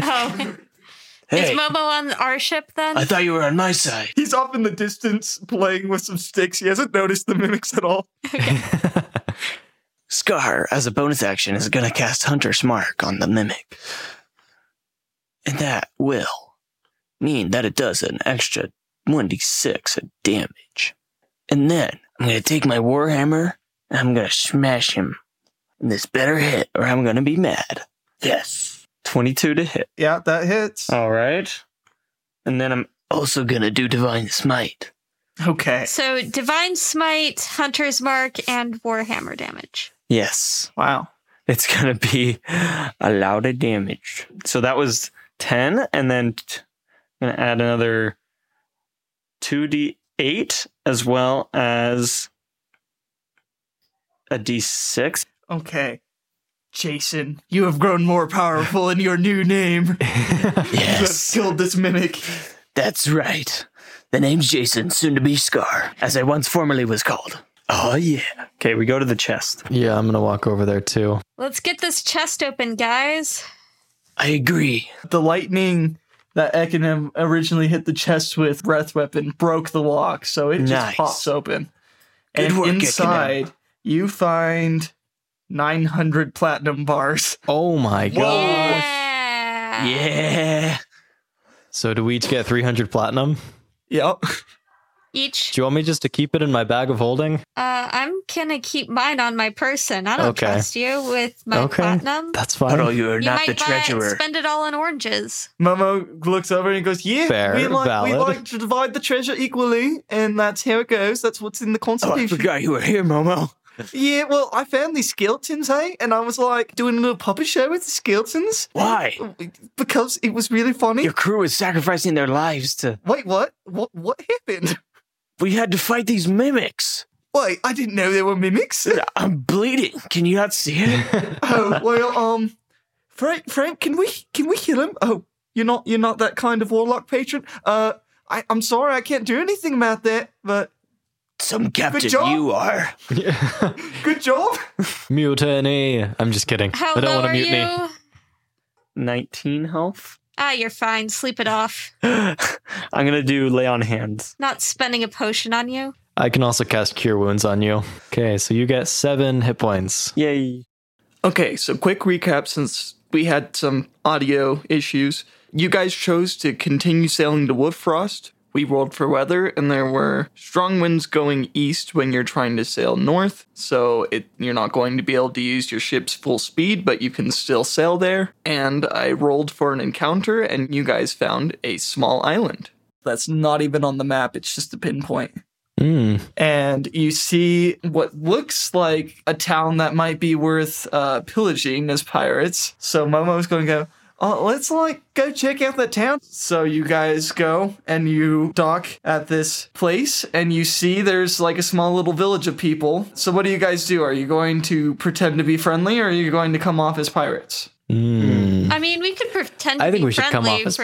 S4: Oh.
S2: Hey,
S4: Is Momo on our ship then?
S2: I thought you were on my side.
S1: he's off in the distance playing with some sticks. He hasn't noticed the mimics at all.
S2: Scar, as a bonus action, is going to cast Hunter's Mark on the mimic. And that will mean that it does an extra 1d6 of damage. And then I'm going to take my Warhammer and I'm going to smash him. And this better hit, or I'm going to be mad. Yes.
S7: 22 to hit.
S1: Yeah, that hits.
S7: All right. And then I'm
S2: Also going to do Divine Smite.
S1: Okay.
S4: so Divine Smite, Hunter's Mark, and Warhammer damage.
S7: yes.
S1: Wow.
S7: It's gonna be a lot of damage. So that was 10, and then t- I'm gonna add another 2d8 as well as a d6.
S1: Okay. Jason, you have grown more powerful in your new name. You have
S2: Yes.
S1: killed this mimic.
S2: That's right. The name's Jason, soon to be Scar, as I once formerly was called. Oh, yeah.
S7: Okay, we go to the chest.
S3: yeah, I'm going to walk over there too.
S4: Let's get this chest open, guys.
S2: I agree.
S1: The lightning that Ekinem originally hit the chest with breath weapon broke the lock, so it just
S2: Nice.
S1: pops open.
S2: Good
S1: and
S2: work, Ekinem.
S1: inside, you find 900 platinum bars.
S3: Oh my God.
S4: Yeah.
S2: Yeah.
S3: So do we each get 300 platinum?
S1: Yep.
S4: Each
S3: Do you want me just to keep it in my bag of holding?
S4: Uh, I'm gonna keep mine on my person. I don't
S3: Okay.
S4: trust you with my
S3: Okay.
S4: platinum.
S3: That's
S2: Puddle,
S3: fine.
S2: you are
S4: you
S2: not
S4: might
S2: the
S4: buy-
S2: treasurer.
S4: spend it all on oranges.
S1: Momo looks over and goes, Yeah,
S3: Fair,
S1: we, like, we
S3: valid.
S1: like to divide the treasure equally, and that's how it goes. That's what's in the
S2: Oh, I
S1: Constitution.
S2: forgot you were here, Momo.
S1: yeah, well, I found these skeletons, hey, and I was like doing a little puppet show with the skeletons.
S2: Why?
S1: Because it was really funny.
S2: Your crew is sacrificing their lives to.
S1: Wait, what? What what happened?
S2: We had to fight these mimics.
S1: Wait, I didn't know there were mimics.
S2: I'm bleeding. Can you not see it?
S1: oh well, um, Frank, Frank, can we can we kill him? Oh, you're not you're not that kind of warlock patron. Uh, I, I'm sorry, I can't do anything about that. But
S2: Some captain
S1: job.
S2: you are.
S1: good job.
S3: mutiny. I'm just kidding.
S4: How
S3: I don't
S4: low
S3: want to
S4: are
S3: mutiny.
S4: you?
S7: 19 health.
S4: Ah, you're fine. Sleep it off.
S7: I'm gonna do lay on hands.
S4: Not spending a potion on you.
S3: I can also cast Cure Wounds on you. Okay, so you get seven hit points.
S7: Yay.
S13: Okay, so quick recap since we had some audio issues. You guys chose to continue sailing to Wolffrost. We rolled for weather, and there were strong winds going east when you're trying to sail north. So it, you're not going to be able to use your ship's full speed, but you can still sail there. And I rolled for an encounter, and you guys found a small island.
S1: That's not even on the map, it's just a pinpoint.
S3: Mm.
S1: and you see what looks like a town that might be worth uh, pillaging as pirates. So Momo's going to go. Oh, let's like go check out the town. So you guys go and you dock at this place, and you see there's like a small little village of people. So what do you guys do? Are you going to pretend to be friendly, or are you going to come off as pirates?
S3: Hmm.
S4: I mean, we could pretend. To
S3: I think
S4: be
S3: we should come
S4: friendly
S3: off as
S4: for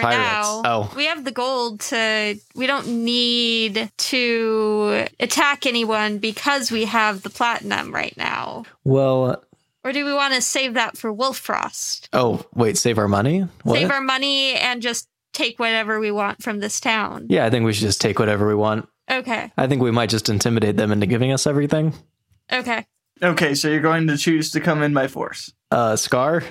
S4: Now.
S3: pirates. Oh.
S4: we have the gold to. We don't need to attack anyone because we have the platinum right now.
S3: Well,
S4: Or do we want to save that for Wolfrost?
S3: oh wait, save our money. What?
S4: Save our money and just take whatever we want from this town.
S3: yeah, I think we should just take whatever we want.
S4: Okay.
S3: I think we might just intimidate them into giving us everything.
S4: Okay.
S1: Okay, so you're going to choose to come in by force.
S3: Uh, Scar,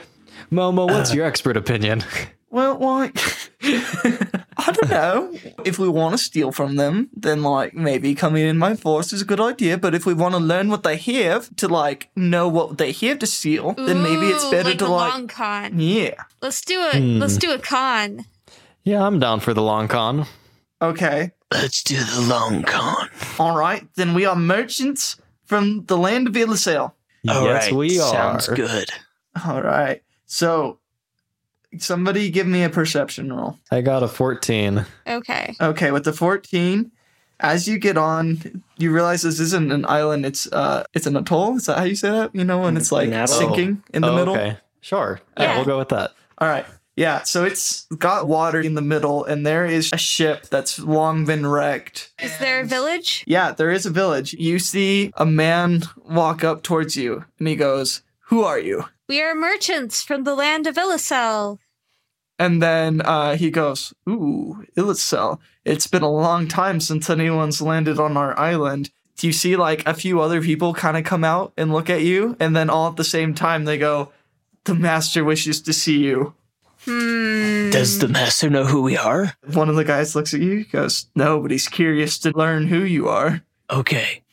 S3: Momo, what's your expert opinion?
S1: Well, like, I don't know. If we want to steal from them, then, like, maybe coming in my force is a good idea. But if we want to learn what they have to, like, know what they have to steal, then maybe it's
S4: Ooh,
S1: better
S4: like
S1: to,
S4: the
S1: like,
S4: long con.
S1: yeah.
S4: Let's do a
S3: Hmm.
S4: let's do a con.
S3: yeah, I'm down for the long con.
S1: Okay.
S2: Let's do the long con.
S1: All right. Then we are merchants from the land of Illicel.
S2: All
S3: yes,
S2: right,
S3: we are.
S2: Sounds good.
S1: All right. So, somebody give me a perception roll.
S3: I got a 14.
S4: Okay.
S1: Okay, with the 14, as you get on, you realize this isn't an island, it's uh it's an atoll. Is that how you say that? You know, when it's like
S7: An atoll.
S1: sinking in the
S3: Oh,
S1: middle.
S3: Okay, sure.
S4: Yeah.
S3: yeah, we'll go with that.
S1: All right. Yeah, so it's got water in the middle and there is a ship that's long been wrecked.
S4: Is there a village?
S1: Yeah, there is a village. You see a man walk up towards you and he goes, "Who are you?"
S4: We are merchants from the land of Illicel.
S1: And then uh, he goes, Ooh, Illicel, it's been a long time since anyone's landed on our island. Do you see like a few other people kind of come out and look at you? And then all at the same time, they go, The master wishes to see you.
S4: Hmm.
S2: Does the master know who we are?
S1: One of the guys looks at you, he goes, No, but he's curious to learn who you are.
S2: Okay.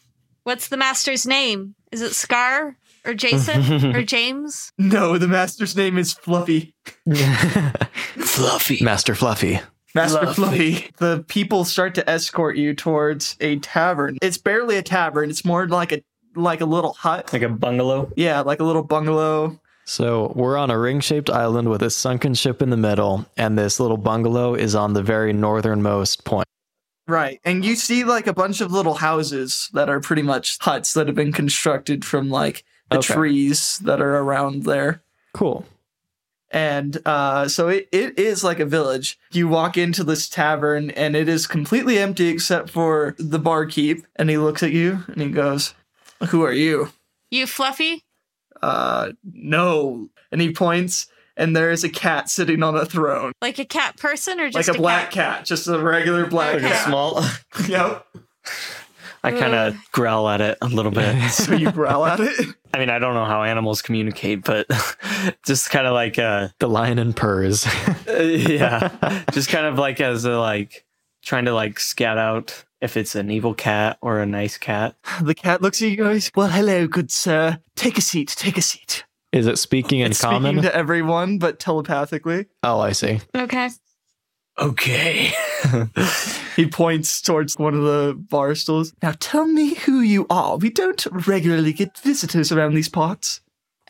S4: What's the master's name? Is it Scar or Jason or James?
S1: No, the master's name is Fluffy.
S2: Fluffy.
S3: Master Fluffy.
S1: Master
S2: Fluffy.
S1: Fluffy. The people start to escort you towards a tavern. It's barely a tavern, it's more like a like a little hut.
S7: Like a bungalow.
S1: Yeah, like a little bungalow.
S3: So we're on a ring shaped island with a sunken ship in the middle, and this little bungalow is on the very northernmost point.
S1: Right. And you see like a bunch of little houses that are pretty much huts that have been constructed from like the
S3: Okay.
S1: trees that are around there.
S3: Cool.
S1: And uh, so it, it is like a village. You walk into this tavern and it is completely empty except for the barkeep. And he looks at you and he goes, Who are you?
S4: You fluffy?
S1: Uh, no. And he points and there is a cat sitting on a throne.
S4: Like a cat person or just
S1: like a, black cat. just a regular black
S4: Like a
S1: cat.
S7: Small.
S1: yep.
S7: I kind of growl at it a little bit.
S1: So you growl at it.
S7: I mean, I don't know how animals communicate, but just kind of like, uh,
S3: The lion and purrs.
S7: uh, yeah, just kind of like as a like trying to like scout out if it's an evil cat or a nice cat.
S1: The cat looks at you guys. Well, hello, good sir. Take a seat. Take a seat.
S3: is it speaking in
S1: It's
S3: common?
S1: Speaking to everyone, but telepathically,
S3: oh, I see.
S4: Okay.
S2: Okay.
S1: he points towards one of the bar stools. Now, tell me who you are. We don't regularly get visitors around these parts.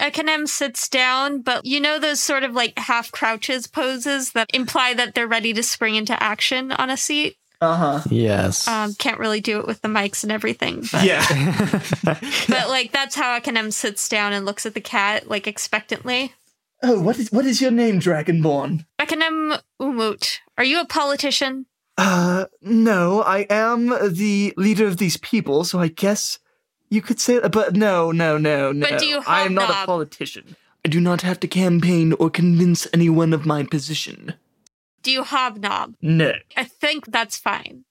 S4: Ekinem sits down, but you know those sort of like half crouches poses that imply that they're ready to spring into action on a seat.
S1: Uh huh.
S3: Yes.
S4: Um, can't really do it with the mics and everything, but,
S1: Yeah.
S4: but like that's how Ekinem sits down and looks at the cat like expectantly.
S1: oh, what is what is your name, Dragonborn?
S4: Ekinem Umut, are you a politician?
S1: Uh, no, I am the leader of these people, so I guess you could say. But no, no, no, no.
S4: But do you
S1: I am not a
S4: hobnob?
S1: politician.
S13: I do not have to campaign or convince anyone of my position.
S4: Do you hobnob?
S1: No.
S4: I think that's fine.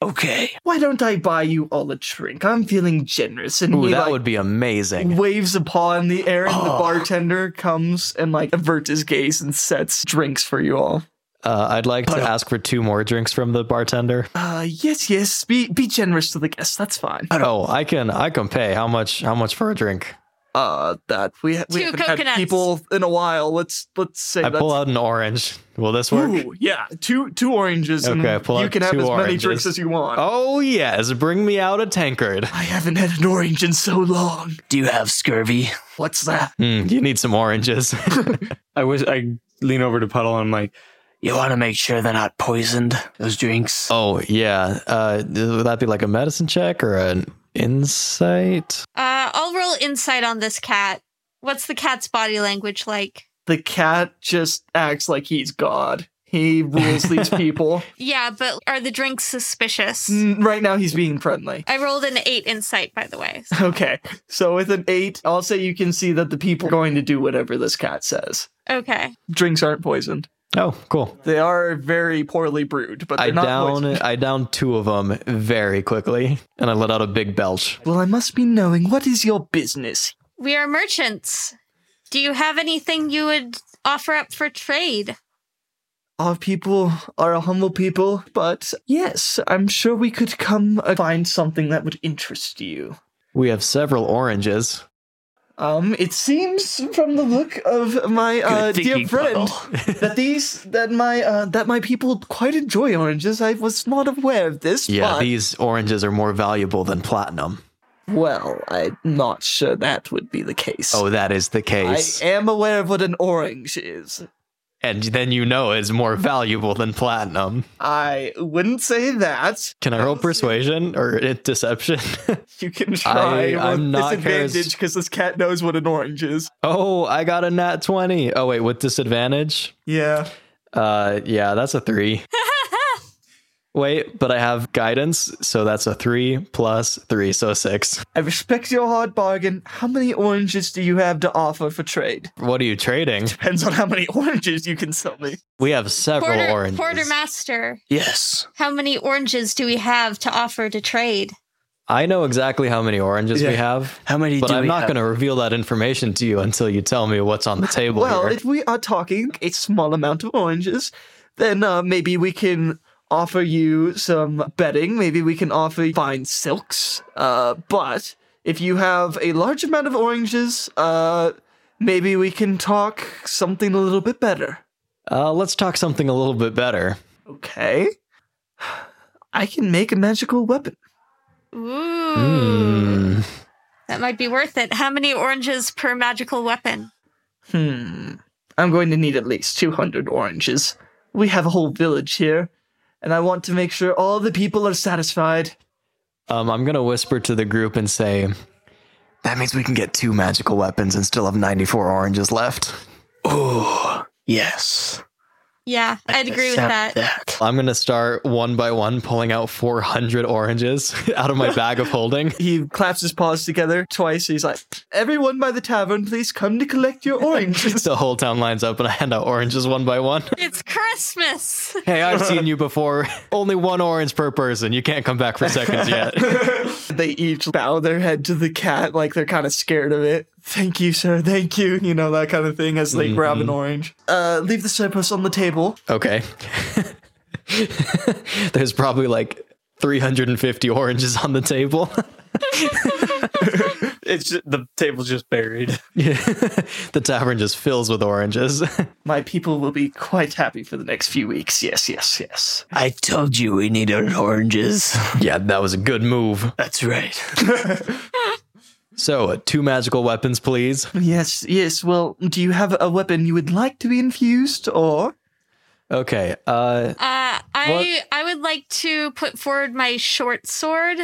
S2: Okay.
S1: Why don't I buy you all a drink? I'm feeling generous. And
S3: Ooh,
S1: he
S3: that
S1: like
S3: would be amazing.
S1: waves a paw in the air, and the bartender comes and like averts his gaze and sets drinks for you all.
S3: Uh, I'd like to ask for two more drinks from the bartender.
S1: Uh, yes, yes. Be be generous to the guests. That's fine.
S3: Oh, I can I can pay. How much how much for a drink?
S1: Uh, that we ha- we
S4: Two
S1: haven't had
S4: coconuts.
S1: people in a while. Let's let's say
S3: I
S1: that's
S3: pull out an orange. Will this work?
S1: Ooh, yeah, two two oranges.
S3: Okay,
S1: and
S3: pull
S1: you
S3: out
S1: can have
S3: two
S1: as many
S3: oranges.
S1: drinks as you want.
S3: Oh yes, bring me out a tankard.
S1: I haven't had an orange in so long.
S2: Do you have scurvy?
S1: What's that?
S3: Hmm, you need some oranges.
S7: I was I lean over to Puddle and I'm like,
S2: You want to make sure they're not poisoned, those drinks.
S3: oh yeah. Uh, would that be like a medicine check or an insight?
S4: Uh, I'll roll insight on this cat. What's the cat's body language like?
S1: The cat just acts like he's god. He rules these people.
S4: Yeah, but are the drinks suspicious?
S1: Mm, right now, he's being friendly.
S4: I rolled an eight insight, by the way.
S1: Okay, so with an eight, I'll say you can see that the people are going to do whatever this cat says.
S4: Okay.
S1: Drinks aren't poisoned.
S3: Oh, cool.
S1: They are very poorly brewed, but they're
S3: I
S1: not
S3: down
S1: poisoned.
S3: I down two of them very quickly, and I let out a big belch.
S1: Well, I must be knowing what is your business.
S4: We are merchants. Do you have anything you would offer up for trade?
S1: Our people are a humble people, but yes, I'm sure we could come uh, find something that would interest you.
S3: We have several oranges.
S1: Um, it seems from the look of my uh, dear
S2: thinking,
S1: friend
S2: Puddle.
S1: that these that my uh, that my people quite enjoy oranges. I was not aware of this.
S3: Yeah,
S1: but,
S3: these oranges are more valuable than platinum.
S1: well, I'm not sure that would be the case.
S3: Oh, that is the
S1: I eh
S3: case.
S1: am aware of what an orange is.
S3: and then you know it's more valuable than platinum.
S1: I wouldn't say that.
S3: Can I roll persuasion or it- deception?
S1: You can try.
S3: I- I'm
S1: with
S3: not
S1: disadvantage because this cat knows what an orange is.
S3: oh, I got a nat 20. Oh, wait, with disadvantage?
S1: Yeah.
S3: Uh, yeah, that's a three. wait, but I have guidance, so that's a three plus three, so six.
S1: I respect your hard bargain. How many oranges do you have to offer for trade?
S3: What are you trading?
S1: Depends on how many oranges you can sell me.
S3: We have several
S4: Quarter,
S3: oranges.
S4: quartermaster,
S2: Yes.
S4: how many oranges do we have to offer to trade?
S3: I know exactly how many oranges we
S2: Yeah.
S3: have.
S2: How many
S3: But
S2: do
S3: I'm
S2: we
S3: not
S2: have?
S3: going to reveal that information to you until you tell me what's on the table
S1: Well,
S3: here.
S1: if we are talking a small amount of oranges, then uh, maybe we can offer you some bedding. Maybe we can offer you fine silks. Uh, but if you have a large amount of oranges, uh, maybe we can talk something a little bit better.
S3: Uh, let's talk something a little bit better.
S1: Okay. I can make a magical weapon.
S4: Ooh.
S3: Hmm.
S4: That might be worth it. How many oranges per magical weapon?
S1: Hmm. I'm going to need at least 200 oranges. We have a whole village here, and I want to make sure all the people are satisfied.
S3: Um, I'm going to whisper to the group and say, that means we can get two magical weapons and still have 94 oranges left.
S2: Oh, yes.
S4: Yeah, I'd agree with that.
S2: Accept that.
S3: I'm going to start one by one pulling out 400 oranges out of my bag of holding.
S1: He claps his paws together twice. He's like, Everyone by the tavern, please come to collect your oranges.
S3: The whole town lines up and I hand out oranges one by one.
S4: It's Christmas.
S3: Hey, I've seen you before. Only one orange per person. You can't come back for seconds yet.
S1: they each bow their head to the cat like they're kind of scared of it. Thank you, sir. Thank you. You know, that kind of thing as they grab an orange. Uh, leave the surplus on the table.
S3: Okay. There's probably like 350 oranges on the table.
S7: it's just, the table's just buried.
S3: Yeah. the tavern just fills with oranges.
S1: My people will be quite happy for the next few weeks. Yes, yes, yes.
S2: I told you we needed oranges.
S3: yeah, that was a good move.
S2: That's right.
S3: So, uh, two magical weapons, please.
S1: Yes, yes. Well, do you have a weapon you would like to be infused, or
S3: Okay. Uh
S4: Uh, I I would like to put forward my short sword,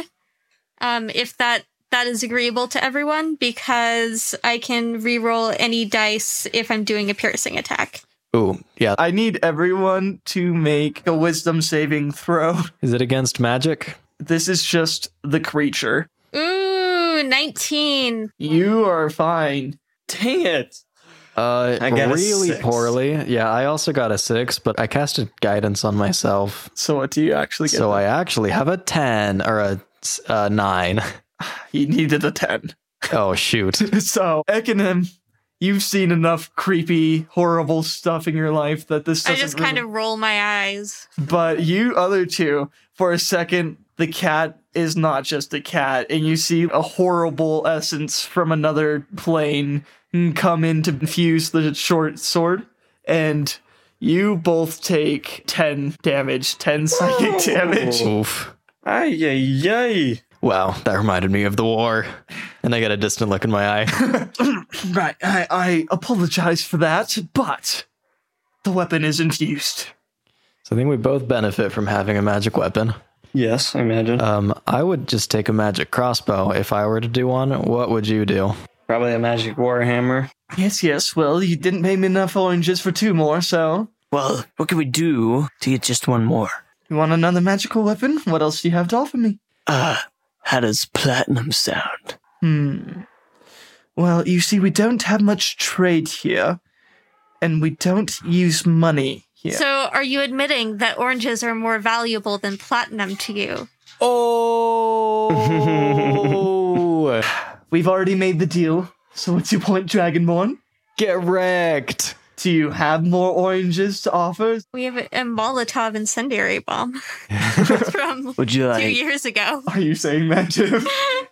S4: um, if that that is agreeable to everyone, because I can reroll any dice if I'm doing a piercing attack.
S3: ooh, yeah.
S1: I need everyone to make a wisdom saving throw.
S3: Is it against magic?
S1: This is just the creature.
S4: Ooh, nineteen.
S1: You are fine.
S7: Dang it!
S3: Uh,
S7: I got a
S3: really
S7: six.
S3: poorly. Yeah, I also got a six, but I casted guidance on myself,
S1: So what do you actually get?
S3: so I actually have a ten or a, s- a nine.
S1: he needed a 10.
S3: Oh shoot!
S1: So, Ekenem, you've seen enough creepy, horrible stuff in your life that this
S4: I
S1: doesn't
S4: just kind of roll my eyes.
S1: of But you other two, for a second, the cat is not just a cat, and you see a horrible essence from another plane come in to infuse the short sword, and you both take 10 damage, 10 psychic damage.
S3: Oof!
S7: Ay, yay, yay.
S3: Wow, that reminded me of the war, and I got a distant look in my eye.
S1: Right, I, I apologize for that, but the weapon is infused.
S3: so I think we both benefit from having a magic weapon.
S7: Yes, I imagine.
S3: Um, I would just take a magic crossbow if I were to do one. What would you do?
S7: Probably a magic warhammer.
S1: Yes, yes, well, you didn't pay me enough oranges for two more, so.
S2: Well, what can we do to get just one more?
S1: You want another magical weapon? What else do you have to offer me?
S2: Uh, how does platinum sound?
S1: Hmm. Well, you see, we don't have much trade here, and we don't use money here.
S4: So, are you admitting that oranges are more valuable than platinum to you?
S3: Oh,
S1: We've already made the deal, so what's your point, Dragonborn?
S3: get wrecked!
S1: Do you have more oranges to offer?
S4: We have a, a Molotov incendiary bomb from
S2: Would you
S4: two
S2: like?
S4: years ago.
S1: Are you saying that, Jim?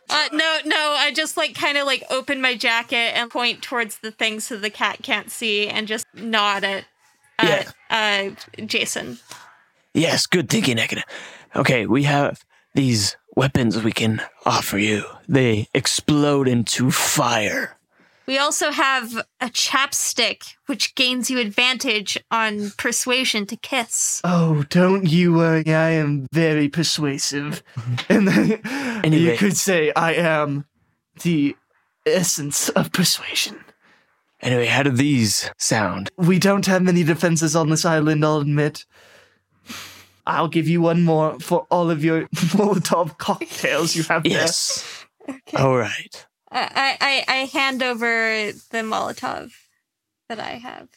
S4: Uh, no, no, I just like kind of like open my jacket and point towards the thing so the cat can't see and just nod at, at uh, Jason.
S2: Yes, good thinking, Ekina. Okay, we have these weapons we can offer you. They explode into fire.
S4: We also have a chapstick, which gains you advantage on persuasion to kiss.
S1: Oh, don't you worry. I am very persuasive. And then you
S2: Anyway.
S1: could say I am the essence of persuasion.
S2: Anyway, how do these sound?
S1: We don't have many defenses on this island, I'll admit. I'll give you one more for all of your Molotov cocktails you have
S2: Yes. All right.
S4: Uh, I, I, I hand over the Molotov that I have.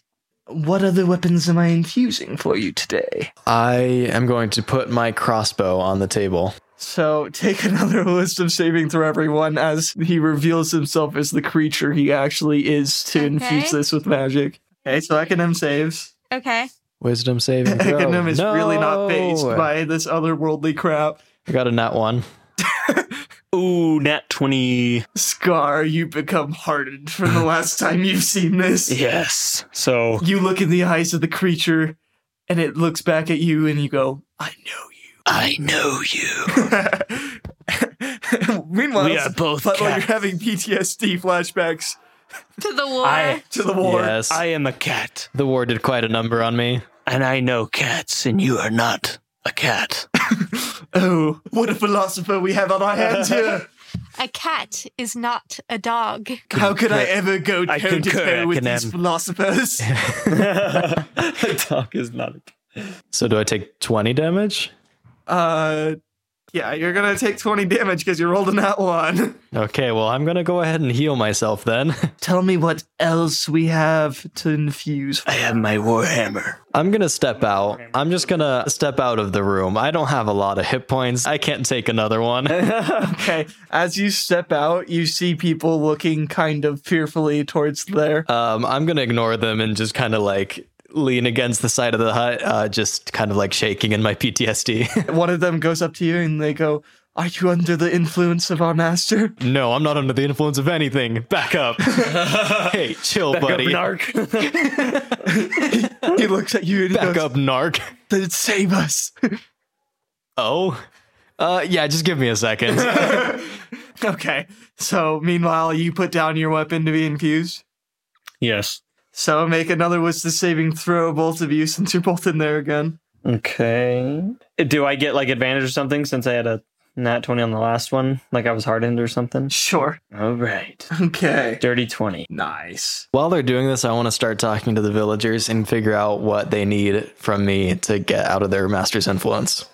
S1: there. What other weapons am I infusing for you today?
S3: I am going to put my crossbow on the table.
S1: So take another wisdom saving throw, everyone, as he reveals himself as the creature he actually is to infuse
S4: Okay.
S1: this with magic. Okay, so Econom saves.
S4: Okay.
S3: Wisdom saving throw.
S1: Econom is really not phased
S3: No!
S1: by this otherworldly crap.
S3: I got a nat one.
S7: Ooh, nat 20.
S1: Scar, you become hardened from the last time you've seen this.
S2: Yes.
S7: So,
S1: You look in the eyes of the creature, and it looks back at you, and you go, "I
S2: I know you.
S1: know." Meanwhile,
S2: We are both
S1: but while you're
S2: cats.
S1: having PTSD flashbacks
S4: To the war.
S2: I-
S1: to the war.
S3: Yes.
S2: I am a cat,
S3: the war did quite a number on me.
S2: and I know cats, and you are not a cat.
S1: Oh, what a philosopher we have on our hands here!
S4: A cat is not a dog.
S1: How could I ever go
S2: I
S1: toe to
S2: concur,
S1: toe with
S2: Econem.
S1: these philosophers?
S7: the dog is not a
S3: So do I take 20 damage?
S1: uh, yeah, you're gonna take twenty damage because you're rolling that one.
S3: Okay, well, I'm going to go ahead and heal myself then.
S1: Tell me what else we have to infuse.
S2: I have my warhammer.
S3: I'm going to step out. I'm just going to step out of the room. I don't have a lot of hit points. I can't take another one.
S1: Okay, as you step out, you see people looking kind of fearfully towards there.
S3: Um, I'm going to ignore them and just kind of like lean against the side of the hut, uh, just kind of like shaking in my PTSD.
S1: One of them goes up to you and they go, Are you under the influence of our master?
S3: no, I'm not under the influence of anything. Back up. hey, chill, buddy.
S1: He looks at you and he
S3: Back
S1: goes,
S3: up, narc.
S1: Then save us.
S3: Oh. Uh, yeah, just give me a second.
S1: okay, so meanwhile, you put down your weapon to be infused.
S7: Yes.
S1: So make another wisdom saving throw, both of you, since you're both in there again.
S7: Okay. Do I get like advantage or something since I had a nat 20 on the last one? Like I was hardened or something?
S1: Sure.
S7: All right.
S1: Okay.
S7: Dirty 20.
S1: Nice.
S3: While they're doing this, I want to start talking to the villagers and figure out what they need from me to get out of their master's influence.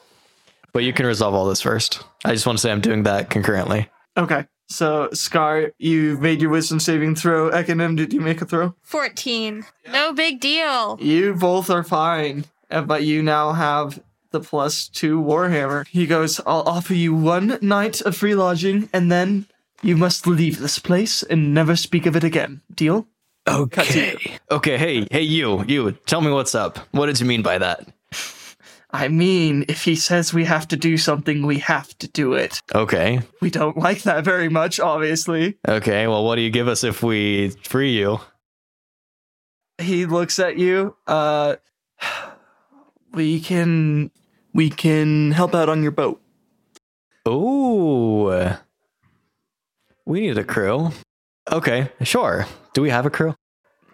S3: But you can resolve all this first. I just want to say I'm doing that concurrently.
S1: Okay. So, Scar, you made your wisdom saving throw. Ekinem, did you make a throw?
S4: 14. No big deal.
S1: You both are fine, uh, but you now have the plus two Warhammer. He goes, I'll offer you one night of free lodging, and then you must leave this place and never speak of it again. Deal? Oh,
S3: Okay. Okay. Hey, hey, you, you. Tell me what's up. What did you mean by that?
S1: I mean, if he says we have to do something, we have to do it.
S3: Okay.
S1: We don't like that very much, obviously.
S3: Okay. Well, what do you give us if we free you?
S1: He looks at you. Uh, we can we can help out on your boat.
S3: Oh, we need a crew. Okay. Sure. Do we have a crew?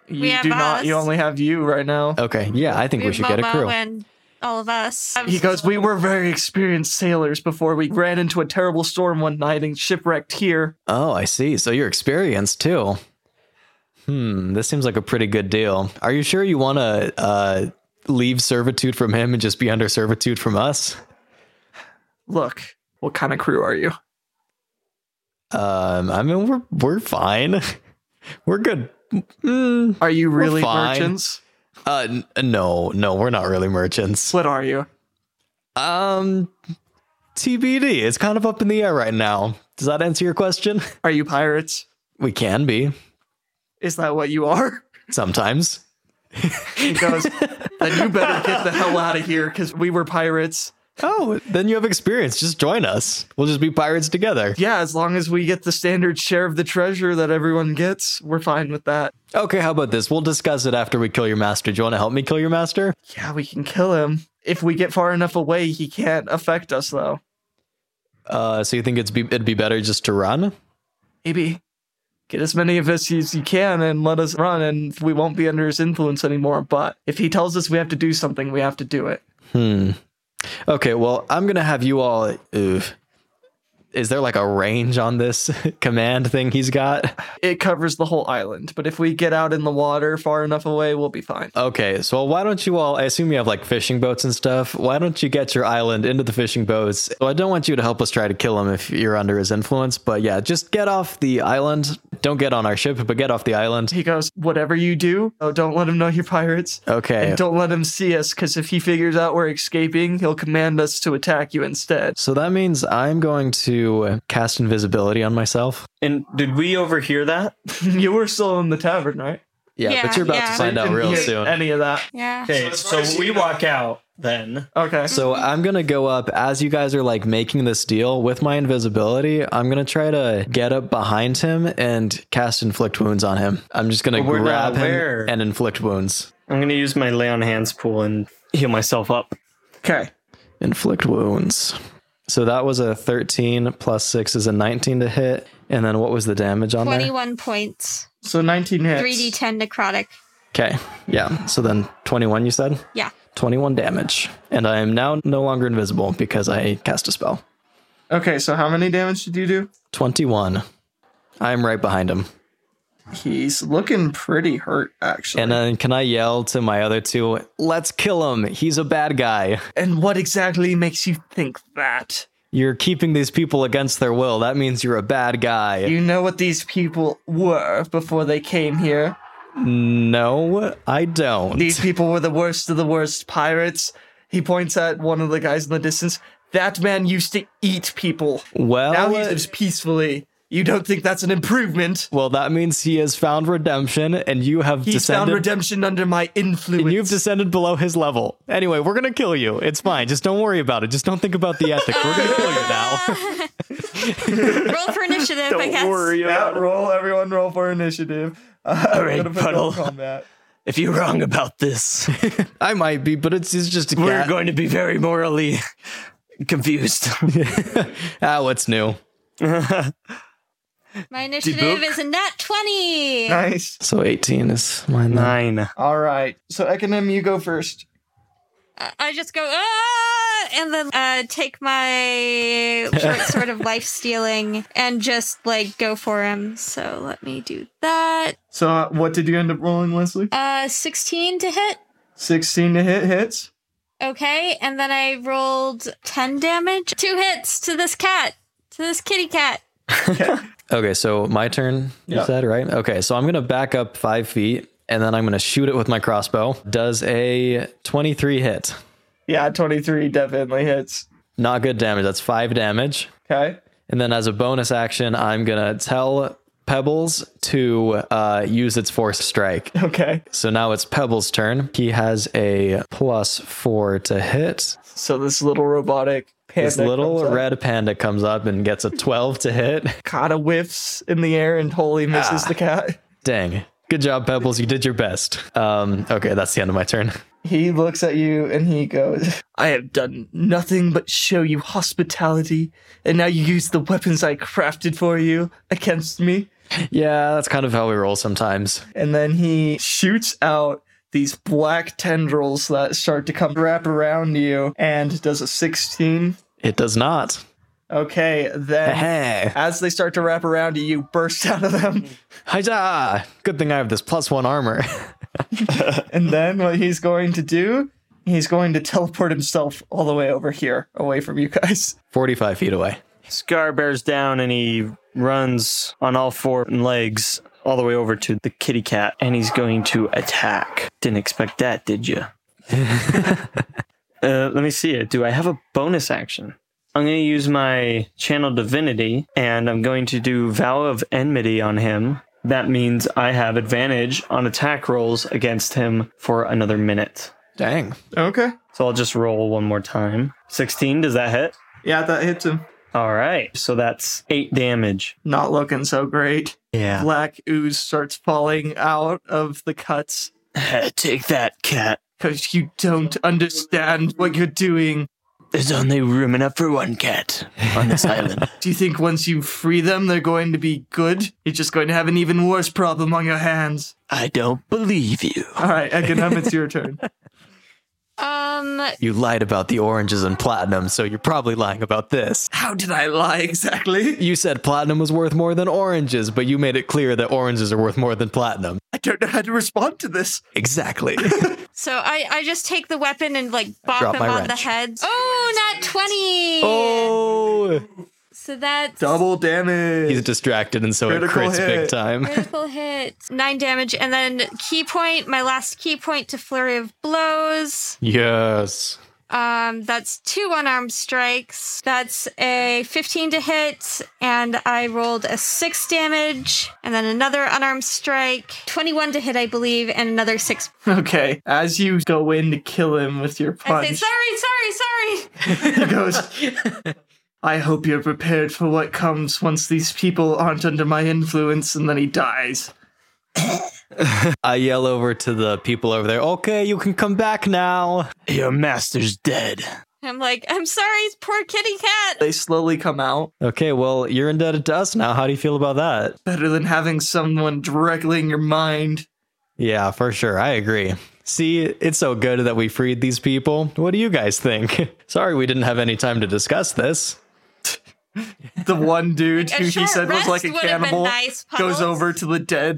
S1: You
S4: have
S1: do not. You
S4: us.
S1: only have you right now.
S3: Okay. Yeah, I think we,
S4: have
S3: should get a
S4: Momo
S3: crew.
S4: and all of us.
S1: He goes, We were very experienced sailors before we ran into a terrible storm one night and shipwrecked here.
S3: Oh, I see. So you're experienced too. Hmm, this seems like a pretty good deal. Are you sure you want to uh, leave servitude from him and just be under servitude from us?
S1: Look, what kind of crew are you?
S3: Um, I mean, we're we're fine. We're good. Mm,
S1: Are you really
S3: fine.
S1: merchants?
S3: uh, n- no, no, we're not really merchants.
S1: What are you?
S3: Um, TBD. It's kind of up in the air right now. Does that answer your question?
S1: Are you pirates?
S3: We can be
S1: Is that what you are?
S3: sometimes.
S1: He goes, Then you better get the hell out of here because we were pirates.
S3: Oh, then you have experience. Just join us. We'll just be pirates together.
S1: Yeah, as long as we get the standard share of the treasure that everyone gets, we're fine with that.
S3: Okay, how about this? We'll discuss it after we kill your master. Do you want to help me kill your master?
S1: Yeah, we can kill him. If we get far enough away, he can't affect us, though.
S3: Uh, so you think it's be, it'd be better just to run?
S1: maybe get as many of us as you can and let us run and we won't be under his influence anymore but if he tells us we have to do something we have to do it
S3: Hmm. Okay, well, I'm gonna have you all. Oof. Is there like a range on this command thing he's got?
S1: it covers the whole island but if we get out in the water far enough away we'll be fine Uh,
S3: Okay, so why don't you all? I assume you have like fishing boats and stuff. Why don't you get your island into the fishing boats? So I don't want you to help us try to kill him if you're under his influence, but yeah, just get off the island. Don't get on our ship, but get off the island.
S1: he goes whatever you do oh don't let him know you're pirates
S3: Okay.
S1: and don't let him see us because if he figures out we're escaping he'll command us to attack you instead
S3: So that means I'm going to cast invisibility on myself.
S7: And did we overhear that?
S1: you were still in the tavern right
S3: Yeah,
S4: Yeah,
S3: but you're about
S4: yeah.
S3: to find out real
S1: Didn't hear
S3: soon.
S1: any of that
S4: Yeah.
S7: Okay, so, we walk out then.
S1: okay
S3: So I'm gonna go up as you guys are like making this deal with my invisibility. I'm gonna try to get up behind him and cast inflict wounds on him. I'm just gonna
S7: But we're not
S3: grab him
S7: aware.
S3: and inflict wounds.
S7: I'm going to use my lay on hands pool and heal myself up.
S1: okay
S3: Inflict wounds. So that was a 13 plus six is a 19 to hit. And then what was the damage on there?
S4: 21 points.
S1: so 19 hits
S4: 3d10 necrotic.
S3: Okay. Yeah. So then 21, you said?
S4: Yeah.
S3: 21 damage. And I am now no longer invisible because I cast a spell.
S1: okay so how many damage did you do
S3: 21. I'm right behind him.
S1: he's looking pretty hurt actually
S3: And then can I yell to my other two, let's kill him. He's a bad guy.
S1: And what exactly makes you think that?
S3: You're keeping these people against their will. That means you're a bad guy.
S1: You know what these people were before they came here.
S3: No, I
S1: These
S3: don't.
S1: people were the worst of the worst pirates. He points at one of the guys in the distance. That man used to eat people. Now
S3: Well,
S1: he lives peacefully. You don't think that's an improvement?
S3: well, that means he has found redemption and you have
S1: He's found
S3: descended
S1: redemption under my influence.
S3: And you've descended below his level. Anyway, we're gonna kill you. It's fine. Just don't worry about it. Just don't think about the ethic. We're gonna kill you now.
S4: Roll for initiative, I guess.
S1: Matt, roll. Everyone roll for initiative. Uh, All
S2: right, Puddle.
S1: Combat.
S2: If you're wrong about this,
S3: I might be, but it's, it's just a
S2: we're
S3: cat.
S2: going to be very morally confused.
S3: ah, what's new?
S4: My initiative is a nat 20.
S1: Nice.
S3: So 18 is mine. Now.
S7: Nine.
S1: All right. So Ekinem, you go first.
S4: I- Uh, I just go, ah, and then uh, take my short sword of life stealing and just like go for him. So let me do that.
S1: So uh, what did you end up rolling, Leslie?
S4: Uh, 16 to hit.
S1: 16 to hit hits.
S4: Okay. And then I rolled 10 damage. Two hits to this cat, to this kitty cat.
S3: Okay, so my turn,
S1: Yeah.
S3: you said, right? Okay, so I'm going to back up five feet and then I'm going to shoot it with my crossbow. Does a 23 hit?
S1: Yeah, 23 definitely hits.
S3: Not good damage. That's five damage.
S1: Okay.
S3: And then as a bonus action, I'm going to tell Pebbles to uh, use its force strike.
S1: Okay.
S3: So now it's Pebbles' turn. He has a plus four to hit.
S1: So this little robotic panda
S3: this little
S1: comes up,
S3: red panda comes up and gets a 12 to hit.
S1: kinda whiffs in the air and totally
S3: Ah.
S1: misses the cat.
S3: Dang. Good job, Pebbles. You did your best. Um, okay, that's the end of my turn.
S1: He looks at you and he goes, I have done nothing but show you hospitality, and now you use the weapons I crafted for you against me.
S3: Yeah, that's kind of how we roll sometimes.
S1: And then he shoots out these black tendrils that start to come wrap around you and does a 16.
S3: It does not. Eh,
S1: Okay, then
S3: Hey.
S1: as they start to wrap around you, you burst out of them.
S3: Hi-ja! Good thing I have this plus one armor.
S1: And then what he's going to do, he's going to teleport himself all the way over here, away from you guys.
S3: 45 feet away.
S7: Scar bears down and he runs on all four legs all the way over to the kitty cat and he's going to attack. Didn't expect that, did you? uh, let me see it. Do I have a bonus action? I'm going to use my channel divinity and I'm going to do vow of enmity on him. That means I have advantage on attack rolls against him for another minute.
S3: Dang.
S1: Okay.
S7: So I'll just roll one more time. 16, does that hit?
S1: Yeah, that hits him.
S7: All right. So that's eight damage.
S1: Not looking so great.
S7: Yeah.
S1: Black ooze starts falling out of the cuts
S2: Take that, cat.
S1: because you don't understand what you're doing.
S2: There's only room enough for one cat on this island.
S1: Do you think once you free them, they're going to be good? You're just going to have an even worse problem on your hands.
S2: I don't believe you.
S1: All right, Econom, it's your turn.
S4: Um,
S3: You lied about the oranges and platinum, so you're probably lying about this.
S1: How did I lie exactly?
S3: You said platinum was worth more than oranges, but you made it clear that oranges are worth more than platinum.
S1: I don't know how to respond to this.
S3: Exactly.
S4: so I I just take the weapon and like bop
S3: Drop
S4: him
S3: my
S4: on the
S3: wrench.
S4: head. Oh, not twenty.
S3: oh,
S4: So that's
S1: Double
S3: he's
S1: damage.
S3: distracted, and so
S1: Critical
S3: it crits
S1: hit.
S3: big time.
S4: critical hit, nine damage, and then key point. My last key point to flurry of blows.
S3: Yes.
S4: Um, that's two unarmed strikes. That's a 15 to hit, and I rolled a six damage, and then another unarmed strike, 21 to hit, I believe, and another six.
S1: Okay, as you go in to kill him with your
S4: I
S1: punch.
S4: say, sorry, sorry, sorry.
S1: He goes, I hope you're prepared for what comes once these people aren't under my influence, and then he dies.
S3: I yell over to the people over there. Okay, you can come back now.
S2: Your master's dead.
S4: I'm like, I'm sorry, poor kitty cat.
S1: They slowly come out.
S3: Okay, well, you're indebted to us now. How do you feel about that?
S1: Better than having someone directly in your mind.
S3: Yeah, for sure. I agree. See, it's so good that we freed these people. What do you guys think? Sorry we didn't have any time to discuss this.
S1: The one dude
S4: A
S1: who he
S4: short
S1: said was
S4: rest
S1: like a
S4: would have been
S1: cannibal
S4: nice, Puddles.
S1: goes over to the dead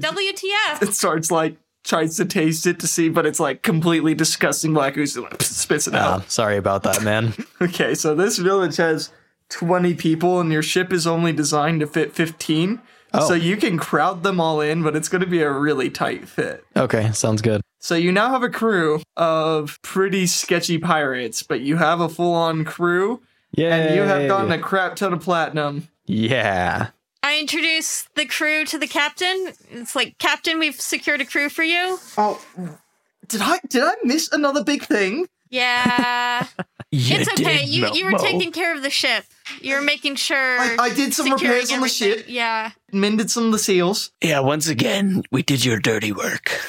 S4: WTF.
S1: and starts like tries to taste it to see, but it's like completely disgusting black ooze and like, spits it out.
S3: Uh, sorry about that, man.
S2: Uh-huh.
S1: Okay, so this village has 20 people, and your ship is only designed to fit 15.
S3: Oh.
S1: So you can crowd them all in, but it's going to be a really tight fit.
S3: Okay, sounds good.
S1: So you now have a crew of pretty sketchy pirates, but you have a full on crew,
S3: Yeah.
S1: and you have gotten a crap ton of platinum.
S3: Yeah.
S4: I introduce the crew to the captain. It's like, Captain, we've secured a crew for you.
S1: Oh, did I did I miss another big thing?
S4: Yeah. it's okay. you you were taking care of the ship. You were making sure.
S1: I- I did some
S4: securing
S1: repairs on the
S4: everything.
S1: ship.
S4: Yeah.
S1: Mended some of the seals.
S2: Yeah, once again, we did your dirty work.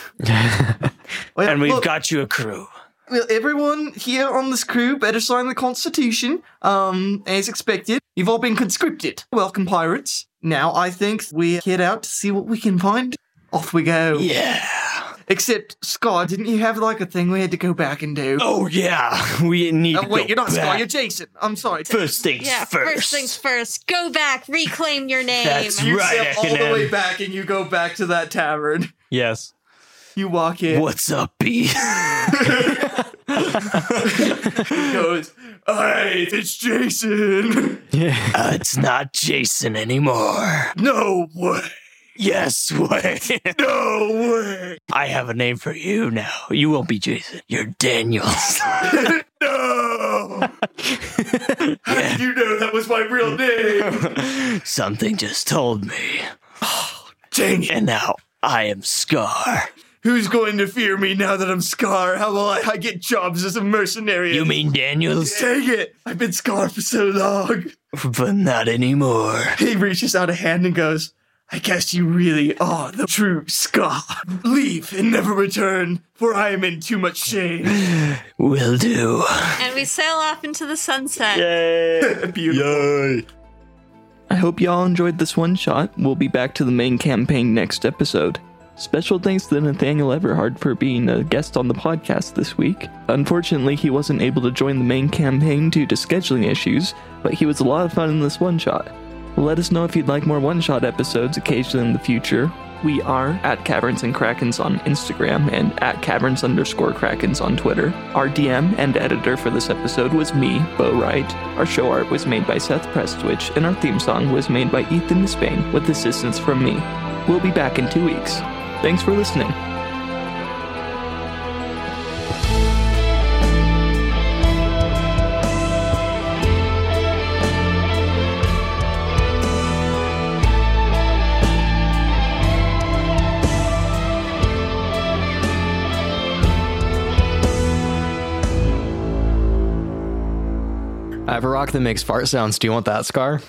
S1: Well,
S2: And we've
S1: look,
S2: got you a crew.
S1: Well, everyone here on this crew better sign the Constitution, um, as expected. You've all been conscripted. Welcome, pirates. Now I think we head out to see what we can find. Off we go.
S2: Yeah.
S1: Except, Scar, didn't you have like a thing we had to go back and do?
S2: Oh, yeah. We need
S1: Oh,
S2: to
S1: wait,
S2: go
S1: you're not Scar,
S2: back.
S1: you're Jason. I'm sorry.
S2: First things
S4: Yeah. First.
S2: first.
S4: things first. Go back. Reclaim your name.
S2: That's
S1: You
S2: right,
S1: step all the
S2: Ekinen.
S1: way back and you go back to that tavern.
S7: Yes.
S1: You walk in.
S2: What's up, B? Uh,
S1: He goes, "Hey, it's Jason."
S2: Uh, it's not Jason anymore.
S1: no way.
S2: Yes, way.
S1: No way.
S2: I have a name for you now. You won't be Jason. You're Daniel.
S1: No. How did you know that was my
S2: Mm.
S1: real name?
S2: Something just told me.
S1: Dang it.
S2: And now I am Scar.
S1: Who's going to fear me now that I'm Scar? How will I, I get jobs as a mercenary?
S2: You mean Daniels?
S1: Dang it! I've been Scar for so long.
S2: But not anymore.
S1: He reaches out a hand and goes, I guess you really are the true Scar. Leave and never return, for I am in too much shame.
S2: Will do.
S4: and we sail off into the sunset.
S13: I hope y'all enjoyed this one shot. We'll be back to the main campaign next episode. Special thanks to Nathaniel Everhard for being a guest on the podcast this week. Unfortunately, he wasn't able to join the main campaign due to scheduling issues, but he was a lot of fun in this one shot. Let us know if you'd like more one shot episodes occasionally in the future. We are at Caverns and Krakens on Instagram and at Caverns underscore Krakens on Twitter. Our DM and editor for this episode was me, Bo Wright. Our show art was made by Seth Prestwich, and our theme song was made by Ethan Spain with assistance from me. We'll be back in two weeks. Thanks for listening.
S3: I have a rock that makes fart sounds. Do you want that, Scar?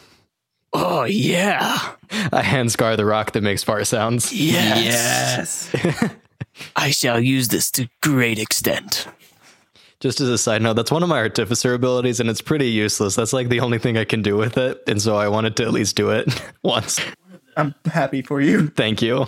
S2: Oh, yeah.
S3: I hand Scar the rock that makes fart sounds.
S2: Yes.
S5: Yes.
S2: I shall use this to great extent.
S3: Just as a side note, that's one of my artificer abilities, and it's pretty useless. That's like the only thing I can do with it, and so I wanted to at least do it once.
S1: I'm happy for you.
S3: Thank you.